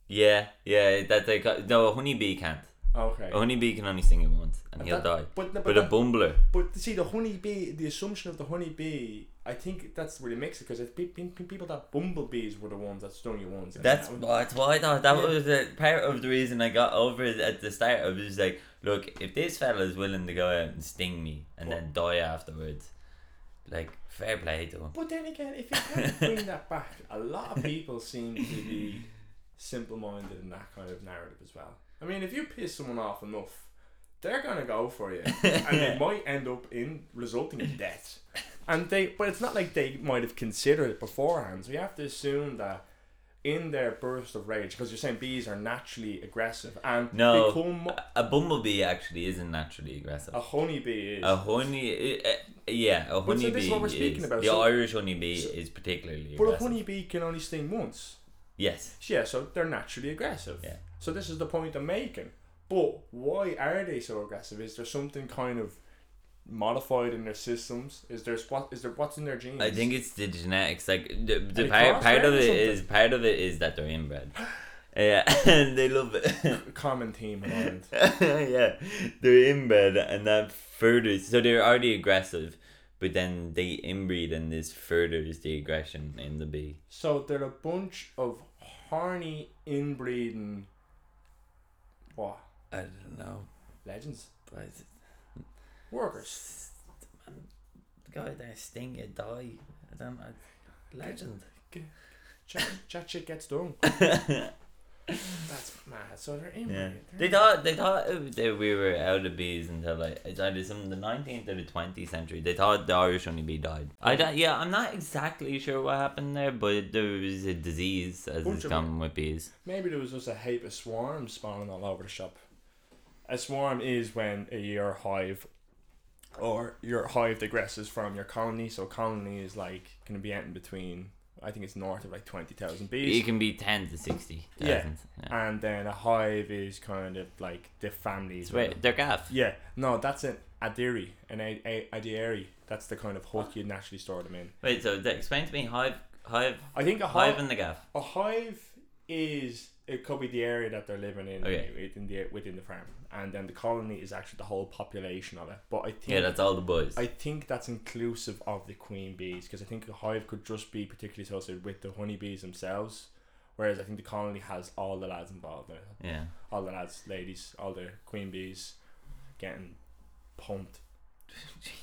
[SPEAKER 2] Yeah, yeah, that they got. No, a honeybee can't.
[SPEAKER 1] Okay.
[SPEAKER 2] A honeybee can only sting it once and,
[SPEAKER 1] And
[SPEAKER 2] he'll
[SPEAKER 1] that-
[SPEAKER 2] die.
[SPEAKER 1] But, but,
[SPEAKER 2] Oh, But a
[SPEAKER 1] that,
[SPEAKER 2] bumbler.
[SPEAKER 1] but see, the honeybee, the assumption of the honeybee, I think that's really mixed because it's pe- pe- pe- people that bumblebees were the ones that stung you once. and
[SPEAKER 2] That's
[SPEAKER 1] that was-
[SPEAKER 2] that's why I thought that
[SPEAKER 1] Yeah.
[SPEAKER 2] was the part of the reason I got over it at the start. I was just like, look, if this fella is willing to go out and sting me and then die afterwards, like fair play to him.
[SPEAKER 1] But then again, if you can't bring that back, a lot
[SPEAKER 2] [laughs]
[SPEAKER 1] of people seem to be simple minded in that kind of narrative as well. I mean, if you piss someone off enough, they're gonna go for
[SPEAKER 2] [laughs]
[SPEAKER 1] you, and it might end up in resulting in death. And they, but it's not like they might have considered it beforehand. So you have to assume that in their burst of rage, because you're saying bees are naturally aggressive and
[SPEAKER 2] No.
[SPEAKER 1] become
[SPEAKER 2] A bumblebee actually isn't naturally aggressive.
[SPEAKER 1] a honeybee is.
[SPEAKER 2] A honey, uh, yeah, a
[SPEAKER 1] Oh, But so
[SPEAKER 2] honeybee.
[SPEAKER 1] this is what we're speaking
[SPEAKER 2] is-
[SPEAKER 1] about,
[SPEAKER 2] The
[SPEAKER 1] so-
[SPEAKER 2] Irish honeybee is particularly.
[SPEAKER 1] but a
[SPEAKER 2] aggressive.
[SPEAKER 1] honeybee can only sting once.
[SPEAKER 2] Yes.
[SPEAKER 1] So yeah, so they're naturally aggressive.
[SPEAKER 2] Yeah.
[SPEAKER 1] So this is the point I'm making. But why are they so aggressive? Is there something kind of modified in their systems? Is there what is there what's in their genes?
[SPEAKER 2] I think it's the genetics. Like the, the
[SPEAKER 1] it
[SPEAKER 2] part,
[SPEAKER 1] crossed
[SPEAKER 2] part
[SPEAKER 1] there
[SPEAKER 2] of
[SPEAKER 1] or
[SPEAKER 2] it
[SPEAKER 1] something?
[SPEAKER 2] is part of it is that they're inbred. Yeah, [laughs] and they love it.
[SPEAKER 1] a common theme in
[SPEAKER 2] [laughs]
[SPEAKER 1] Ireland.
[SPEAKER 2] yeah, they're inbred, and that furthers. So they're already aggressive, but then they inbreed, and this furthers the aggression in the bee.
[SPEAKER 1] So they're a bunch of horny inbreeding what?
[SPEAKER 2] I don't know,
[SPEAKER 1] Legends?
[SPEAKER 2] but
[SPEAKER 1] Workers.
[SPEAKER 2] the guy that sting you die. I don't know. Legend.
[SPEAKER 1] Chat, chat shit gets
[SPEAKER 2] [laughs]
[SPEAKER 1] done. That's mad. So they're inbreeding.
[SPEAKER 2] Yeah.
[SPEAKER 1] They're-
[SPEAKER 2] They thought they thought it- that we were out of bees until like it's either some the nineteenth or the twentieth century. They thought the Irish only bee died. I don't, yeah, I'm not exactly sure what happened there, but there was a disease as
[SPEAKER 1] Bunch
[SPEAKER 2] it's
[SPEAKER 1] of
[SPEAKER 2] common with bees.
[SPEAKER 1] Maybe there was just a heap of swarms spawning all over the shop. A swarm is when your hive or your hive digresses from your colony. So colony is like going to be out in between. I think it's north of like twenty thousand
[SPEAKER 2] It
[SPEAKER 1] bees,
[SPEAKER 2] can be ten to sixty.
[SPEAKER 1] Yeah.
[SPEAKER 2] thousand, yeah.
[SPEAKER 1] and then a hive is kind of like the families.
[SPEAKER 2] It's where they're gaff.
[SPEAKER 1] Yeah, no, that's an adery, an a- a- adeary. That's the kind of hut you naturally store them in.
[SPEAKER 2] Wait, so that, explain to me hive, hive,
[SPEAKER 1] I think a
[SPEAKER 2] hive,
[SPEAKER 1] hive,
[SPEAKER 2] and the gaff.
[SPEAKER 1] a hive is it could be the area that they're living in
[SPEAKER 2] Okay.
[SPEAKER 1] within the within the farm, and then the colony is actually the whole population of it. But I think
[SPEAKER 2] Yeah, that's all the boys.
[SPEAKER 1] I think that's inclusive of the queen bees because I think a hive could just be particularly associated with the honeybees themselves, whereas I think the colony has all the lads involved in it,
[SPEAKER 2] yeah.
[SPEAKER 1] all the lads, ladies, all the queen bees getting
[SPEAKER 2] [laughs]
[SPEAKER 1] pumped.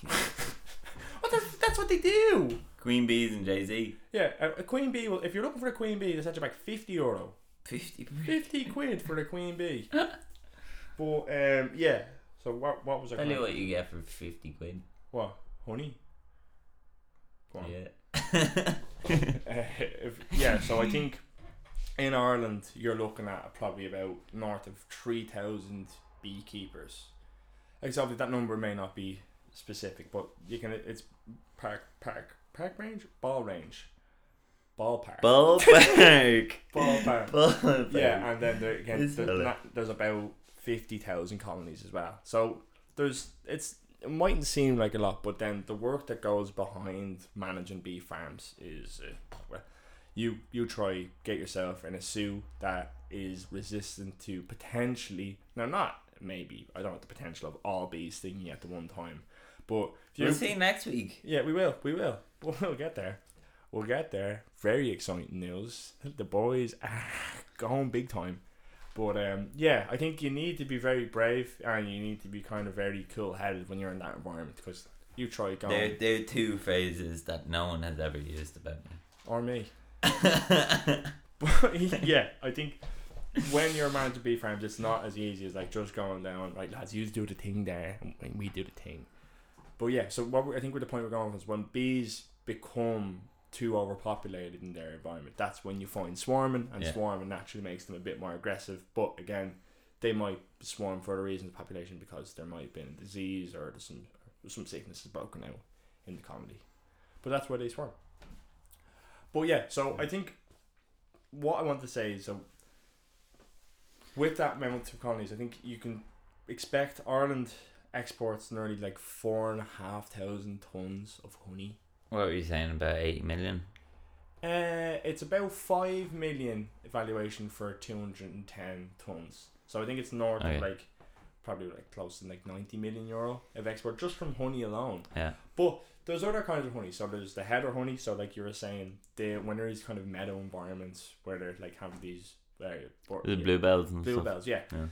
[SPEAKER 1] What that's, that's what they do.
[SPEAKER 2] Queen bees and Jay Z.
[SPEAKER 1] Yeah, a, a queen bee. Well, if you're looking for a queen bee, they set you back fifty euro.
[SPEAKER 2] Fifty.
[SPEAKER 1] 50 quid for the queen bee. but um, yeah. So what what was I
[SPEAKER 2] Tell
[SPEAKER 1] gonna-
[SPEAKER 2] you what you get for fifty quid.
[SPEAKER 1] What? Honey? Go on.
[SPEAKER 2] Yeah. [laughs]
[SPEAKER 1] Uh, if, yeah, so I think in Ireland you're looking at probably about north of 3,000 beekeepers. Exactly, that number may not be specific, but you can it's park park park range, ball range. Ballpark.
[SPEAKER 2] Ballpark.
[SPEAKER 1] [laughs] Ballpark.
[SPEAKER 2] Ballpark.
[SPEAKER 1] Yeah, and then there, again,
[SPEAKER 2] It's
[SPEAKER 1] there's,
[SPEAKER 2] valid.
[SPEAKER 1] not- there's about fifty thousand colonies as well. So there's it's it mightn't seem like a lot, but then the work that goes behind managing bee farms is uh, well, you you try get yourself in a zoo that is resistant to potentially no not maybe I don't have the potential of all bees stinging you at the one time, but if you
[SPEAKER 2] We'll see you next week.
[SPEAKER 1] yeah, we will. We will. [laughs] We'll get there. We'll get there. Very exciting news. The boys are [laughs] going big time. But um, yeah, I think you need to be very brave and you need to be kind of very cool headed when you're in that environment because you try going
[SPEAKER 2] There, there are two phrases that no one has ever used about me.
[SPEAKER 1] or me. [laughs] But yeah, I think when you're married to bee farms, it's not as easy as like just going down. Right, lads, you do the thing there, and we do the thing. But yeah, so what we I think with the point we're going with is when bees become too overpopulated in their environment, that's when you find swarming, and
[SPEAKER 2] Yeah.
[SPEAKER 1] swarming naturally makes them a bit more aggressive. But again, they might swarm for the reasons of population because there might have been a disease or there's some some sickness is broken out in the colony. But that's where they swarm. But yeah, so I think what I want to say is so with that amount of colonies, I think you can expect Ireland exports nearly like four and a half thousand tons of honey.
[SPEAKER 2] What were you saying about 8 million?
[SPEAKER 1] Uh, it's about five million evaluation for two hundred and ten tons. So I think it's north
[SPEAKER 2] Okay.
[SPEAKER 1] of like probably like close to like ninety million euro of export just from honey alone.
[SPEAKER 2] Yeah.
[SPEAKER 1] But there's other kinds of honey. So there's the header honey. So like you were saying, the when there is kind of meadow environments where they're like having these uh, bor-
[SPEAKER 2] The
[SPEAKER 1] yeah,
[SPEAKER 2] bluebells and stuff.
[SPEAKER 1] bluebells, yeah.
[SPEAKER 2] Yeah.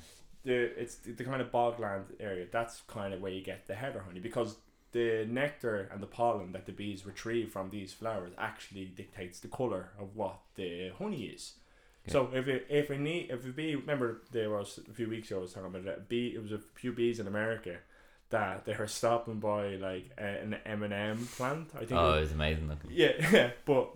[SPEAKER 1] The it's the, the kind of bogland area. That's kind of where you get the heather honey because the nectar and the pollen that the bees retrieve from these flowers actually dictates the color of what the honey is.
[SPEAKER 2] Okay.
[SPEAKER 1] So if it, if a nee- if a bee remember there was a few weeks ago I was talking about that bee it was a few bees in America that they were stopping by like a- an M and M plant I think it
[SPEAKER 2] Oh, it was amazing
[SPEAKER 1] [laughs]
[SPEAKER 2] looking.
[SPEAKER 1] yeah, yeah, but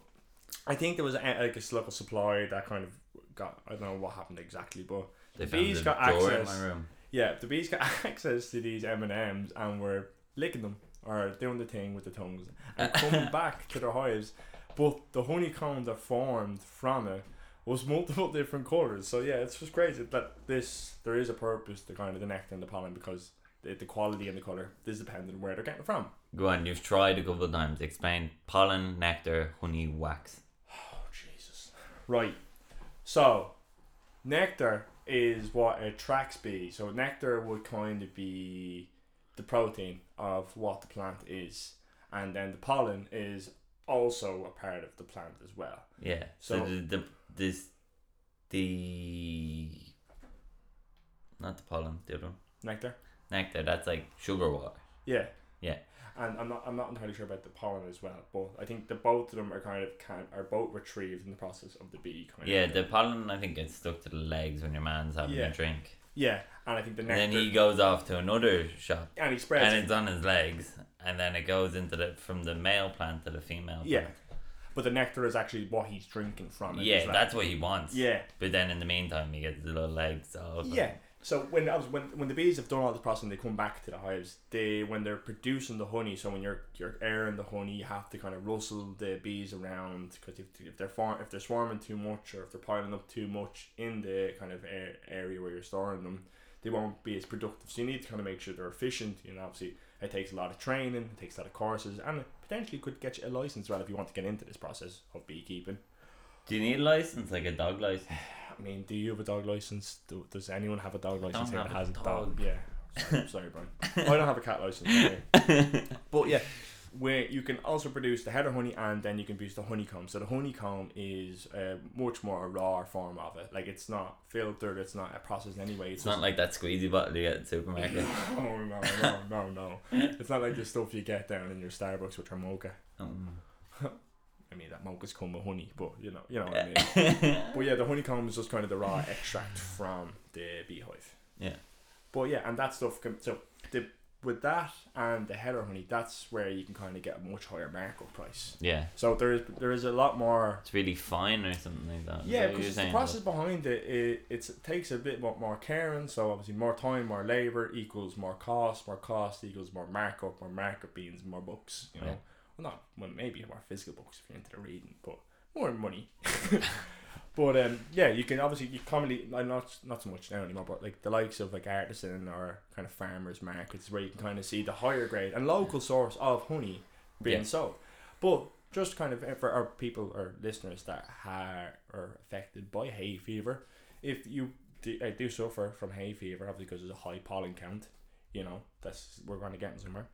[SPEAKER 1] I think there was a, like a local supply that kind of got. I don't know what happened exactly, but
[SPEAKER 2] They found
[SPEAKER 1] bees
[SPEAKER 2] the
[SPEAKER 1] got
[SPEAKER 2] door
[SPEAKER 1] access.
[SPEAKER 2] in my room.
[SPEAKER 1] yeah, the bees got [laughs] access to these M and M's and were licking them or doing the thing with the tongues and coming back to their hives. But the honeycomb that formed from it was [laughs] multiple different colors. So yeah, it's just crazy that this there is a purpose to kind of the nectar and the pollen because the, the quality and the color is dependent on where they're getting it from.
[SPEAKER 2] Go on, you've tried a couple of times. Explain pollen, nectar, honey, wax.
[SPEAKER 1] Oh Jesus! Right. So nectar is what attracts bees. So nectar would kind of be the protein of what the plant is, and then the pollen is also a part of the plant as well.
[SPEAKER 2] Yeah. So,
[SPEAKER 1] So-
[SPEAKER 2] the, the this the not the pollen, the other one.
[SPEAKER 1] Nectar.
[SPEAKER 2] Nectar, that's like sugar water.
[SPEAKER 1] Yeah.
[SPEAKER 2] Yeah.
[SPEAKER 1] And I'm not I'm not entirely sure about the pollen as well, but I think the both of them are kind of can are both retrieved in the process of the bee kind
[SPEAKER 2] Yeah,
[SPEAKER 1] of.
[SPEAKER 2] the pollen I think gets stuck to the legs when your man's having
[SPEAKER 1] Yeah.
[SPEAKER 2] a drink.
[SPEAKER 1] Yeah, and I think the
[SPEAKER 2] And
[SPEAKER 1] nectar
[SPEAKER 2] then he goes off to another shop
[SPEAKER 1] and he spreads.
[SPEAKER 2] and it's on his legs and then it goes into the from the male plant to the female
[SPEAKER 1] Yeah.
[SPEAKER 2] plant.
[SPEAKER 1] But the nectar is actually what he's drinking from. It
[SPEAKER 2] Yeah,
[SPEAKER 1] as well.
[SPEAKER 2] that's what he wants.
[SPEAKER 1] Yeah.
[SPEAKER 2] But then in the meantime he gets little legs all
[SPEAKER 1] Yeah. So when I was when when the bees have done all the processing, they come back to the hives. They when they're producing the honey. So when you're you're airing the honey, you have to kind of rustle the bees around because if, if they're far, if they're swarming too much or if they're piling up too much in the kind of air, area where you're storing them, they won't be as productive. So you need to kind of make sure they're efficient. You know, obviously it takes a lot of training, it takes a lot of courses, and it potentially could get you a license as well if you want to get into this process of beekeeping.
[SPEAKER 2] Do you need a license, like a dog license?
[SPEAKER 1] I mean, do you have a dog license? Do, does anyone have a dog license here
[SPEAKER 2] have
[SPEAKER 1] that
[SPEAKER 2] a
[SPEAKER 1] has a
[SPEAKER 2] dog.
[SPEAKER 1] dog? Yeah.
[SPEAKER 2] [laughs]
[SPEAKER 1] Sorry, sorry Brian. I don't have a cat license. okay. but yeah, where you can also produce the heather honey and then you can produce the honeycomb. So the honeycomb is a much more raw form of it. Like it's not filtered, it's not a process anyway.
[SPEAKER 2] It's not like that squeezy bottle you get at the supermarket. [laughs]
[SPEAKER 1] just, [laughs] no, no, no, no, no. It's not like the stuff you get down in your Starbucks with your mocha.
[SPEAKER 2] um,
[SPEAKER 1] I mean that mocha's come with honey, but you know, you know what I mean. but yeah, the honeycomb is just kind of the raw extract from the beehive.
[SPEAKER 2] Yeah.
[SPEAKER 1] But yeah, and that stuff can so the with that and the header honey, that's where you can kind of get a much higher markup price.
[SPEAKER 2] yeah.
[SPEAKER 1] So there is there is a lot more.
[SPEAKER 2] It's really fine or something like that. is
[SPEAKER 1] Yeah,
[SPEAKER 2] that what you're
[SPEAKER 1] because the
[SPEAKER 2] saying?
[SPEAKER 1] process behind it, it it's, it takes a bit more, more caring. So obviously, more time, more labor equals more cost. More cost equals more markup. More markup means more books. You know,
[SPEAKER 2] Yeah.
[SPEAKER 1] well, not well, maybe more physical books if you're into the reading, but more money. [laughs] But um, yeah, you can obviously you commonly like, not not so much now anymore, but like the likes of like artisan or kind of farmers markets where you can kind of see the higher grade and local source of honey being
[SPEAKER 2] Yeah.
[SPEAKER 1] sold. But just kind of eh, for our people or listeners that are, are affected by hay fever, if you do, uh, do suffer from hay fever, obviously because there's a high pollen count, you know that's we're going to get somewhere.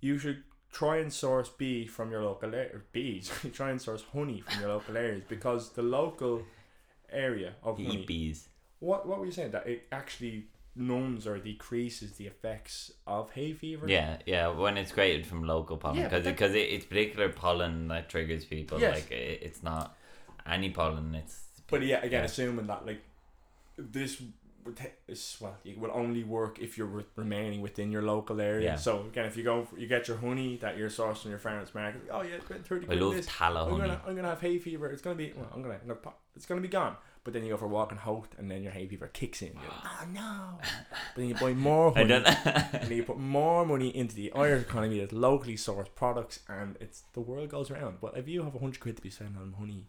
[SPEAKER 1] You should try and source bee from your local area. Bees, [laughs] try and source honey from your local areas because the local area of
[SPEAKER 2] You
[SPEAKER 1] honey.
[SPEAKER 2] eat bees.
[SPEAKER 1] What what were you saying that it actually numbs or decreases the effects of hay fever?
[SPEAKER 2] Yeah, yeah. When it's created from local pollen,
[SPEAKER 1] Yeah, but
[SPEAKER 2] because
[SPEAKER 1] that-
[SPEAKER 2] because it, it's particular pollen that triggers people.
[SPEAKER 1] Yes.
[SPEAKER 2] Like it, it's not any pollen. It's
[SPEAKER 1] But yeah, again,
[SPEAKER 2] Yeah.
[SPEAKER 1] assuming that like this would ta- is well, it will only work if you're re- remaining within your local area.
[SPEAKER 2] Yeah.
[SPEAKER 1] So again, if you go, you get your honey that you're sourcing your farmer's market. Oh yeah, it's been thirty.
[SPEAKER 2] I
[SPEAKER 1] quid
[SPEAKER 2] love
[SPEAKER 1] this.
[SPEAKER 2] tallow
[SPEAKER 1] I'm
[SPEAKER 2] honey.
[SPEAKER 1] gonna, I'm gonna have hay fever. It's gonna be, well, I'm gonna, I'm gonna pop, it's gonna be gone. But then you go for a walk and hope, and then your hay fever kicks in. You're like, oh
[SPEAKER 2] [sighs]
[SPEAKER 1] no! But then you buy more
[SPEAKER 2] I
[SPEAKER 1] honey,
[SPEAKER 2] don't. [laughs]
[SPEAKER 1] and then you put more money into the Irish economy that's locally sourced products, and it's the world goes round. But if you have a hundred quid to be spent on honey,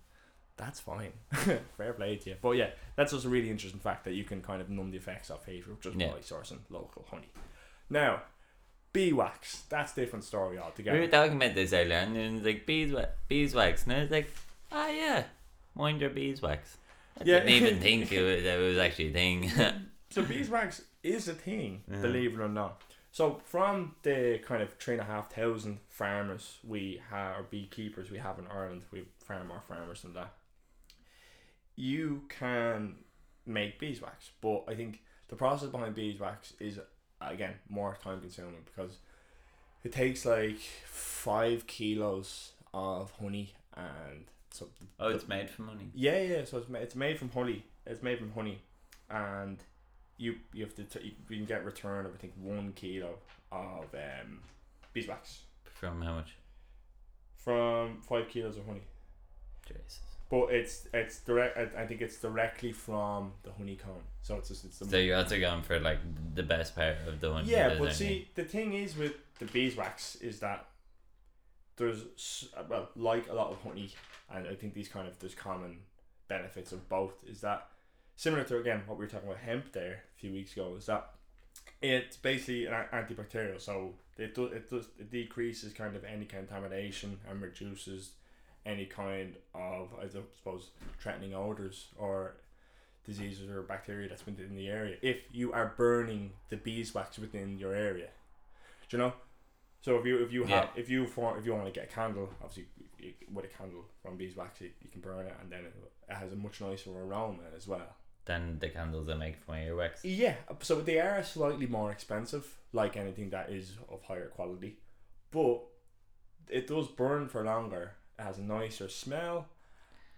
[SPEAKER 1] that's fine. [laughs] Fair play to you. But yeah, that's just a really interesting fact that you can kind of numb the effects of hay fever just
[SPEAKER 2] Yeah.
[SPEAKER 1] by sourcing local honey. Now, bee wax. That's a different story
[SPEAKER 2] We were
[SPEAKER 1] altogether.
[SPEAKER 2] talking about this earlier, and then it's like beeswax, beeswax, and I was like, ah, yeah, mind your beeswax. I
[SPEAKER 1] Yeah.
[SPEAKER 2] didn't even
[SPEAKER 1] [laughs]
[SPEAKER 2] think it was, it was actually a thing. [laughs]
[SPEAKER 1] So beeswax is a thing,
[SPEAKER 2] Yeah.
[SPEAKER 1] believe it or not. So from the kind of three and a half thousand farmers we have, or beekeepers we have in Ireland, we have far more farmers than that. You can make beeswax, but I think the process behind beeswax is again more time consuming because it takes like five kilos of honey and so
[SPEAKER 2] oh, it's made for money.
[SPEAKER 1] yeah, yeah. So it's made, it's made from honey. It's made from honey, and you you have to t- you, you can get return of I think one kilo of um, beeswax
[SPEAKER 2] From how much?
[SPEAKER 1] from five kilos of honey.
[SPEAKER 2] Do traces.
[SPEAKER 1] But it's it's direct. I, I think it's directly from the honeycomb. So it's just it's the
[SPEAKER 2] So you're also going for like the best part of the one.
[SPEAKER 1] yeah. But see, the thing is with the beeswax is that there's s- well, like a lot of honey, and I think these kind of there's common benefits of both. Is that similar to again what we were talking about hemp there a few weeks ago? Is that it's basically an a- antibacterial, so it does it does it decreases kind of any contamination and reduces any kind of I don't suppose threatening odors or diseases or bacteria that's within the area if you are burning the beeswax within your area do you know so if you if you have if you for if you want to get a candle obviously you- with a candle from beeswax you, you can burn it and then it, it has a much nicer aroma as well
[SPEAKER 2] Then the candles I make for my earwax.
[SPEAKER 1] yeah, so they are slightly more expensive, like anything that is of higher quality, but it does burn for longer. It has a nicer smell,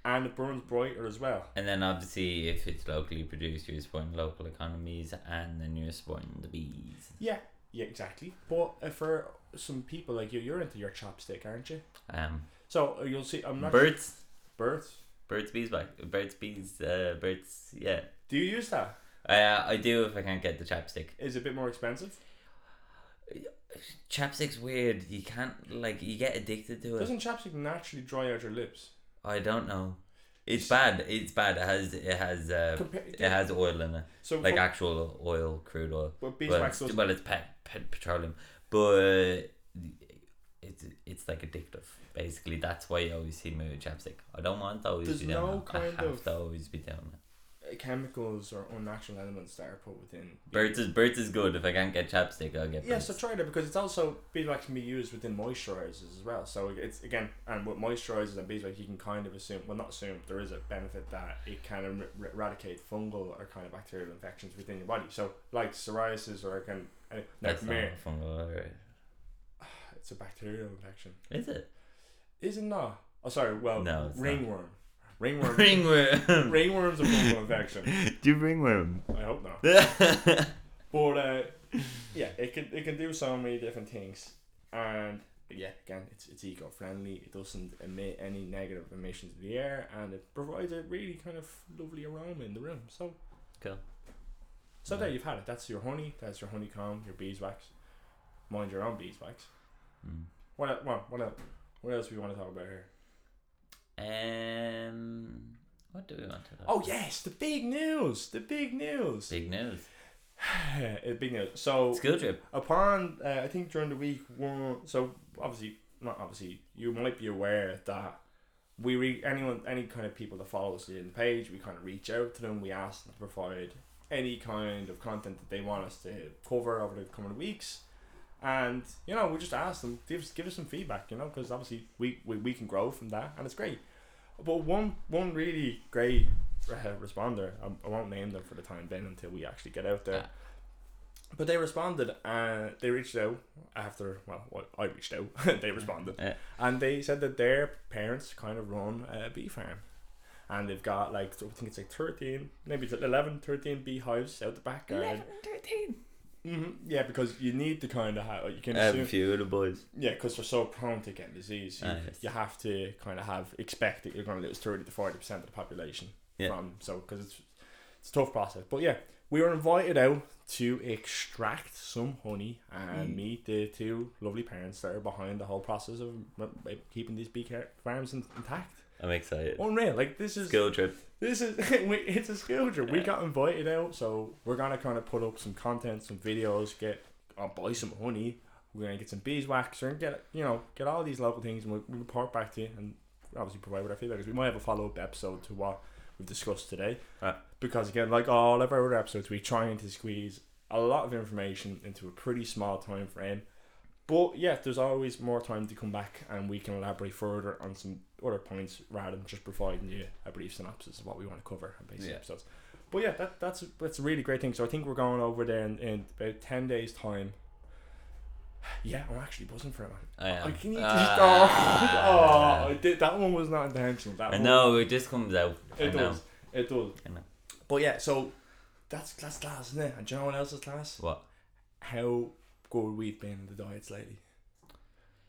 [SPEAKER 1] and it burns brighter as well.
[SPEAKER 2] And then obviously, if it's locally produced, you're supporting local economies, and then you're supporting the bees.
[SPEAKER 1] Yeah, yeah, exactly. But uh, for some people like you, you're into your chopstick, aren't you?
[SPEAKER 2] Um,
[SPEAKER 1] So uh, you'll see. I'm not
[SPEAKER 2] birds,
[SPEAKER 1] birds.
[SPEAKER 2] birds, bees, birds, bees, uh, birds. Yeah,
[SPEAKER 1] Do you use that?
[SPEAKER 2] uh, I do if I can't get the chapstick.
[SPEAKER 1] Is it a bit more expensive?
[SPEAKER 2] Chapstick's weird. You can't like you get addicted to it.
[SPEAKER 1] Doesn't chapstick naturally dry out your lips?
[SPEAKER 2] I don't know. It's bad. It's bad. It has it has uh,
[SPEAKER 1] Compare-
[SPEAKER 2] it has oil in it,
[SPEAKER 1] So
[SPEAKER 2] like
[SPEAKER 1] for-
[SPEAKER 2] actual oil, crude oil.
[SPEAKER 1] But
[SPEAKER 2] well,
[SPEAKER 1] beeswax
[SPEAKER 2] it's,
[SPEAKER 1] doesn't.
[SPEAKER 2] well, it's pet, pet petroleum, but uh, it's it's like addictive. Basically, that's why you always see me with chapstick. I don't want to always
[SPEAKER 1] There's
[SPEAKER 2] be down.
[SPEAKER 1] no
[SPEAKER 2] it.
[SPEAKER 1] kind
[SPEAKER 2] [laughs] I have
[SPEAKER 1] of-
[SPEAKER 2] to always be down. it.
[SPEAKER 1] uh, Chemicals or unnatural elements that are put within
[SPEAKER 2] Birds is birds is good. If I can't get chapstick, I'll get
[SPEAKER 1] Yeah,
[SPEAKER 2] birds.
[SPEAKER 1] so try that because it's also beeswax can be used within moisturizers as well. So it's again, and with moisturizers and beeswax, you can kind of assume, well, not assume, there is a benefit that it can er- er- eradicate fungal or kind of bacterial infections within your body. So like psoriasis or again, any- now
[SPEAKER 2] That's
[SPEAKER 1] come
[SPEAKER 2] not
[SPEAKER 1] here,
[SPEAKER 2] fungal, alright.
[SPEAKER 1] it's a bacterial infection,
[SPEAKER 2] Is it?
[SPEAKER 1] is it not? Oh, sorry. Well,
[SPEAKER 2] No, it's not.
[SPEAKER 1] ringworm, ringworm,
[SPEAKER 2] [laughs] Ringworm.
[SPEAKER 1] ringworm's a fungal infection.
[SPEAKER 2] [laughs] Do you ringworm?
[SPEAKER 1] I hope not. But uh, yeah, it can it can do so many different things, and yeah, again, it's it's eco friendly. It doesn't emit any negative emissions in the air, and it provides a really kind of lovely aroma in the room. So
[SPEAKER 2] Cool.
[SPEAKER 1] So there you've had it. That's your honey. That's your honeycomb. Your beeswax. Mind your own beeswax.
[SPEAKER 2] Mm.
[SPEAKER 1] What el- what what else? What else we want to talk about here?
[SPEAKER 2] Um, what do we want to?
[SPEAKER 1] Oh yes, the big news. The big news.
[SPEAKER 2] big news.
[SPEAKER 1] [sighs] Uh, big news. So
[SPEAKER 2] School trip.
[SPEAKER 1] upon uh, I think during the week one so obviously not obviously you might be aware that we re- anyone any kind of people that follow us in the page we kind of reach out to them we ask them to provide any kind of content that they want us to cover over the coming weeks and you know we just ask them give us, give us some feedback you know because obviously we, we we can grow from that and it's great but one one really great uh, responder I, I won't name them for the time being until we actually get out there
[SPEAKER 2] Ah.
[SPEAKER 1] but they responded uh, they reached out after well I- I reached out [laughs] they responded
[SPEAKER 2] Uh,
[SPEAKER 1] and they said that their parents kind of run a bee farm and they've got like I think it's like 13 maybe it's like 11 13 beehives out the back garden hmm yeah because you need to kind of have you can
[SPEAKER 2] I have a
[SPEAKER 1] assume-
[SPEAKER 2] few of the um, boys.
[SPEAKER 1] yeah, because they're so prone to getting disease, you,
[SPEAKER 2] Ah, yes.
[SPEAKER 1] you have to kind of have expect that you're going to lose thirty to forty percent of the population
[SPEAKER 2] Yeah.
[SPEAKER 1] from so because it's it's a tough process. But yeah, we were invited out to extract some honey and
[SPEAKER 2] Mm.
[SPEAKER 1] meet the two lovely parents that are behind the whole process of m- m- keeping these bee car- farms in- intact.
[SPEAKER 2] I'm excited.
[SPEAKER 1] Unreal! Like this is
[SPEAKER 2] School trip.
[SPEAKER 1] this is [laughs] we, it's a skill trip. We got invited out, so we're gonna kind of put up some content, some videos, get uh, buy some honey. We're gonna get some beeswax and get you know get all these local things, and we'll, we'll report back to you and obviously provide with our feedback. 'cause we might have a follow up episode to what we've discussed today,
[SPEAKER 2] Right.
[SPEAKER 1] because again, like all of our other episodes, we're trying to squeeze a lot of information into a pretty small time frame. But yeah, there's always more time to come back and we can elaborate further on some other points rather than just providing you a brief synopsis of what we want to cover and basic
[SPEAKER 2] Yeah.
[SPEAKER 1] episodes. But yeah, that, that's that's a really great thing. So I think we're going over there in, in about ten days' time. [sighs] Yeah, I'm actually buzzing for it, man.
[SPEAKER 2] I am.
[SPEAKER 1] I can you just,
[SPEAKER 2] [laughs] Ah.
[SPEAKER 1] oh, oh, I did- that one was not intentional. That
[SPEAKER 2] I
[SPEAKER 1] one-
[SPEAKER 2] know it just comes out. I
[SPEAKER 1] It
[SPEAKER 2] know.
[SPEAKER 1] does. It does.
[SPEAKER 2] I know.
[SPEAKER 1] But yeah, so that's that's class, isn't it? And do you know what else is class?
[SPEAKER 2] What?
[SPEAKER 1] How good we've been in the diets lately.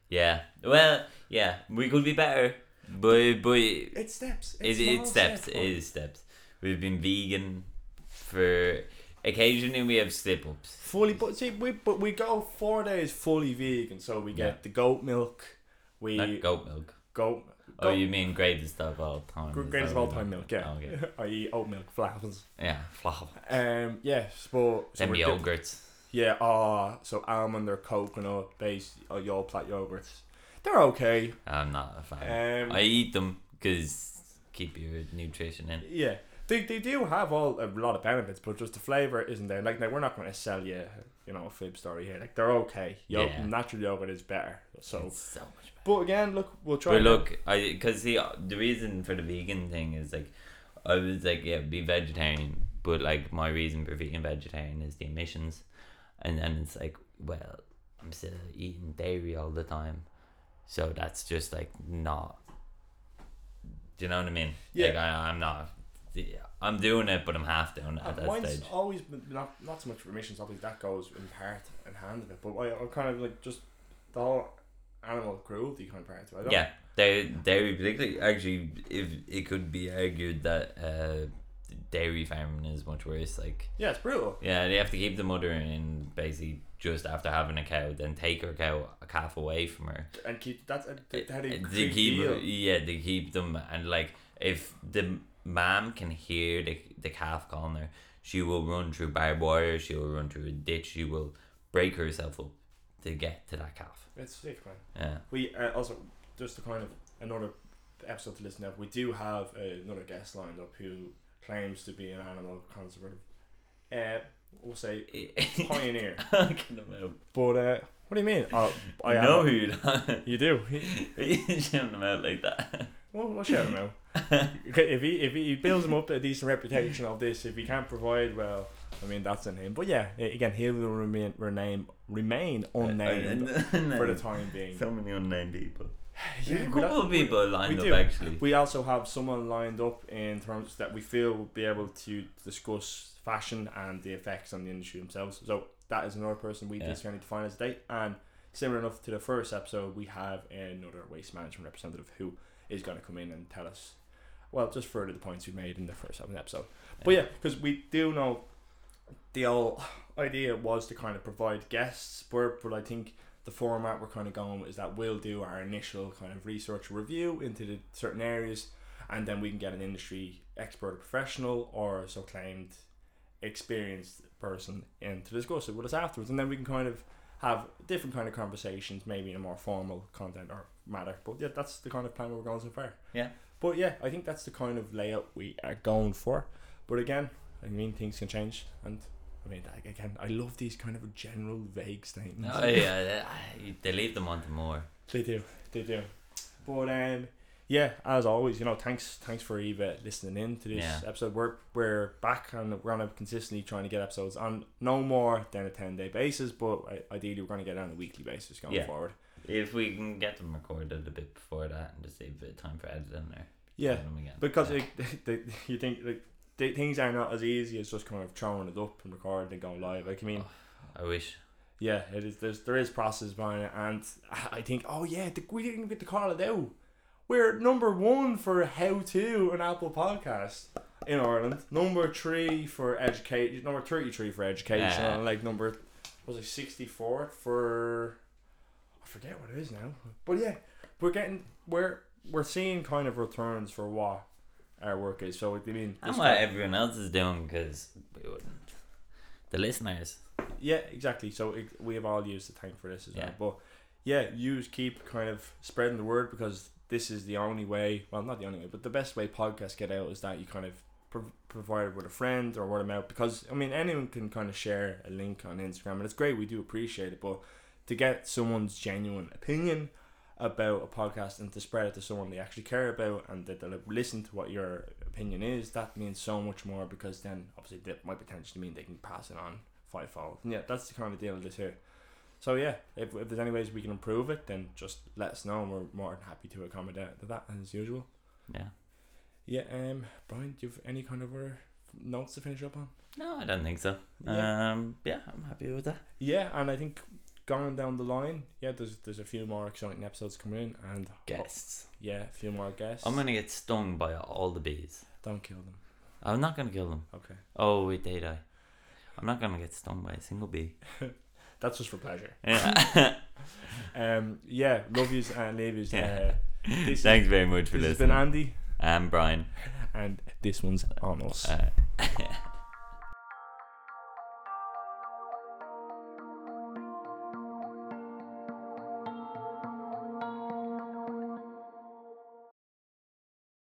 [SPEAKER 2] Yeah. Well, yeah. We could be better. But but it
[SPEAKER 1] It's steps. It's
[SPEAKER 2] it
[SPEAKER 1] small
[SPEAKER 2] steps. It
[SPEAKER 1] but-
[SPEAKER 2] is steps. We've been vegan for occasionally we have slip ups.
[SPEAKER 1] Fully, but see, we but we go four days fully vegan, so we get
[SPEAKER 2] Yeah.
[SPEAKER 1] the goat milk, we
[SPEAKER 2] Not goat milk.
[SPEAKER 1] goat.
[SPEAKER 2] Oh,
[SPEAKER 1] goat-
[SPEAKER 2] you mean greatest of all time? is
[SPEAKER 1] greatest of
[SPEAKER 2] that
[SPEAKER 1] all
[SPEAKER 2] what you
[SPEAKER 1] time
[SPEAKER 2] mean?
[SPEAKER 1] milk, yeah.
[SPEAKER 2] Oh, yeah.
[SPEAKER 1] [laughs] I eat oat milk flowers.
[SPEAKER 2] Yeah, Wow.
[SPEAKER 1] Um, yes, but so
[SPEAKER 2] Then
[SPEAKER 1] we're
[SPEAKER 2] the
[SPEAKER 1] dip-
[SPEAKER 2] yogurts.
[SPEAKER 1] Yeah, ah, so almond or coconut based or your plat yogurts. They're okay.
[SPEAKER 2] I'm not a fan.
[SPEAKER 1] Um,
[SPEAKER 2] I eat them because keep your nutrition in.
[SPEAKER 1] yeah. They, they do have all a lot of benefits, but just the flavor isn't there. Like, now we're not going to sell you, you know, a fib story here. Like, they're okay. Yo-
[SPEAKER 2] Yeah.
[SPEAKER 1] Natural yogurt is better. So,
[SPEAKER 2] It's so much better.
[SPEAKER 1] but again, look, we'll try.
[SPEAKER 2] But
[SPEAKER 1] it.
[SPEAKER 2] look, I because the the reason for the vegan thing is like, I was like, yeah, be vegetarian, but like my reason for being vegetarian is the emissions, and then it's like, well, I'm still eating dairy all the time, so that's just like not. Do you know what I mean?
[SPEAKER 1] Yeah.
[SPEAKER 2] Like I, I'm not. I'm doing it, but I'm half doing it
[SPEAKER 1] Uh,
[SPEAKER 2] at that
[SPEAKER 1] mine's
[SPEAKER 2] stage.
[SPEAKER 1] always been not not so much for emissions. Obviously, that goes in part in hand of it. But I, I'm kind of like just the whole animal cruelty kind of part. of it. I don't,
[SPEAKER 2] Yeah, dairy, dairy particularly. Actually, if it could be argued that uh, dairy farming is much worse. Like,
[SPEAKER 1] yeah, it's brutal.
[SPEAKER 2] yeah, they have to keep the mother in basically just after having a cow, then take her cow a calf away from her.
[SPEAKER 1] And keep that's a, th- how they
[SPEAKER 2] Uh,
[SPEAKER 1] create
[SPEAKER 2] keep,
[SPEAKER 1] deal.
[SPEAKER 2] yeah, they keep them, and like if the mom can hear the the calf calling her, she will run through barbed wire. She will run through a ditch. She will break herself up to get to that calf.
[SPEAKER 1] It's sick, man.
[SPEAKER 2] Yeah.
[SPEAKER 1] We uh, also just to kind of another episode to listen to. We do have uh, another guest lined up who claims to be an animal conservative. Uh, we'll [laughs] say
[SPEAKER 2] [laughs]
[SPEAKER 1] pioneer.
[SPEAKER 2] Talking about
[SPEAKER 1] but uh, what do you mean? Uh, I
[SPEAKER 2] I
[SPEAKER 1] am
[SPEAKER 2] know
[SPEAKER 1] a-
[SPEAKER 2] who you are. [laughs]
[SPEAKER 1] you do.
[SPEAKER 2] you shouting them out like that.
[SPEAKER 1] Well, we'll shout him out. [laughs] Okay, if he if he builds him up a decent reputation of this, if he can't provide, well, I mean that's on him. But yeah, a- again, he will remain rename, remain
[SPEAKER 2] [laughs]
[SPEAKER 1] unnamed for the time being.
[SPEAKER 2] uh, so many unnamed people.
[SPEAKER 1] Yeah,
[SPEAKER 2] a
[SPEAKER 1] we
[SPEAKER 2] couple
[SPEAKER 1] don't-
[SPEAKER 2] of people
[SPEAKER 1] we
[SPEAKER 2] lined
[SPEAKER 1] do.
[SPEAKER 2] up actually.
[SPEAKER 1] We also have someone lined up in terms that we feel will be able to discuss fashion and the effects on the industry themselves. So that is another person we
[SPEAKER 2] Yeah.
[SPEAKER 1] basically need to find as date. And similar enough to the first episode, we have another waste management representative who is going to come in and tell us, well, just further the points we made in the first episode. But yeah, because we do know the old idea was to kind of provide guests, but, but I think the format we're kind of going with is that we'll do our initial kind of research review into the certain areas, and then we can get an industry expert, or professional, or so claimed experienced person in to discuss it with us afterwards, and then we can kind of have different kind of conversations, maybe in a more formal content or matter. But yeah, that's the kind of plan we're going so far.
[SPEAKER 2] Yeah.
[SPEAKER 1] But yeah, I think that's the kind of layout we are going for. But again, I mean things can change, and I mean like, again, I love these kind of general vague [laughs] statements.
[SPEAKER 2] Oh yeah, I- they leave them on to more.
[SPEAKER 1] They do, they do. But um, yeah, as always, you know, thanks, thanks for Eva listening in to this
[SPEAKER 2] Yeah.
[SPEAKER 1] episode. We're we're back and we're gonna consistently trying to get episodes on no more than a ten day basis, but i- ideally we're gonna get it on a weekly basis going
[SPEAKER 2] Yeah.
[SPEAKER 1] forward.
[SPEAKER 2] If we can get them recorded a bit before that and just save a bit of time for editing there.
[SPEAKER 1] Yeah,
[SPEAKER 2] them again.
[SPEAKER 1] because
[SPEAKER 2] yeah.
[SPEAKER 1] it, [laughs] they, you think like they, things are not as easy as just kind of throwing it up and recording and going live. Like I mean,
[SPEAKER 2] I wish.
[SPEAKER 1] Yeah, it is. There's there is process behind it, and I- I think, oh yeah, the, we didn't get to call it out. We're number one for how to an Apple podcast in Ireland. Number three for education. Number thirty three for education.
[SPEAKER 2] Yeah.
[SPEAKER 1] And like number was it sixty four for I forget what it is now. But yeah, we're getting we're we're seeing kind of returns for what our work is. So I mean,
[SPEAKER 2] And
[SPEAKER 1] it's
[SPEAKER 2] what
[SPEAKER 1] got-
[SPEAKER 2] everyone else is doing because we wouldn't. The listeners.
[SPEAKER 1] Yeah, exactly. So it, we have all used the tank for this as
[SPEAKER 2] Yeah.
[SPEAKER 1] well. But yeah, you keep kind of spreading the word because this is the only way. Well, not the only way, but the best way podcasts get out is that you kind of prov- provide it with a friend or word of mouth. Because I mean, anyone can kind of share a link on Instagram, and it's great. We do appreciate it, but to get someone's genuine opinion about a podcast and to spread it to someone they actually care about and that they'll listen to what your opinion is, that means so much more because then obviously that might potentially mean they can pass it on fivefold. And yeah, that's the kind of deal this here. So yeah, if, if there's any ways we can improve it, then just let us know and we're more than happy to accommodate to that as usual.
[SPEAKER 2] Yeah.
[SPEAKER 1] Yeah, um, Brian, do you have any kind of other notes to finish up on?
[SPEAKER 2] No, I don't think so.
[SPEAKER 1] Yeah.
[SPEAKER 2] Um, yeah, I'm happy with that.
[SPEAKER 1] Yeah, and I think going down the line, yeah, there's there's a few more exciting episodes coming in, and
[SPEAKER 2] Guests.
[SPEAKER 1] yeah, a few more guests.
[SPEAKER 2] I'm gonna get stung by all the bees.
[SPEAKER 1] Don't kill them.
[SPEAKER 2] I'm not gonna kill them.
[SPEAKER 1] Okay,
[SPEAKER 2] Oh wait, they die. I'm not gonna get stung by a single bee.
[SPEAKER 1] that's just for pleasure.
[SPEAKER 2] Yeah. [laughs]
[SPEAKER 1] Um, yeah, love yous and leave yous. Uh,
[SPEAKER 2] Yeah.
[SPEAKER 1] [laughs] this is-
[SPEAKER 2] Thanks very much for
[SPEAKER 1] this has been
[SPEAKER 2] listening.
[SPEAKER 1] Andy,
[SPEAKER 2] I'm Brian.
[SPEAKER 1] and this one's on us.
[SPEAKER 2] Uh, [laughs]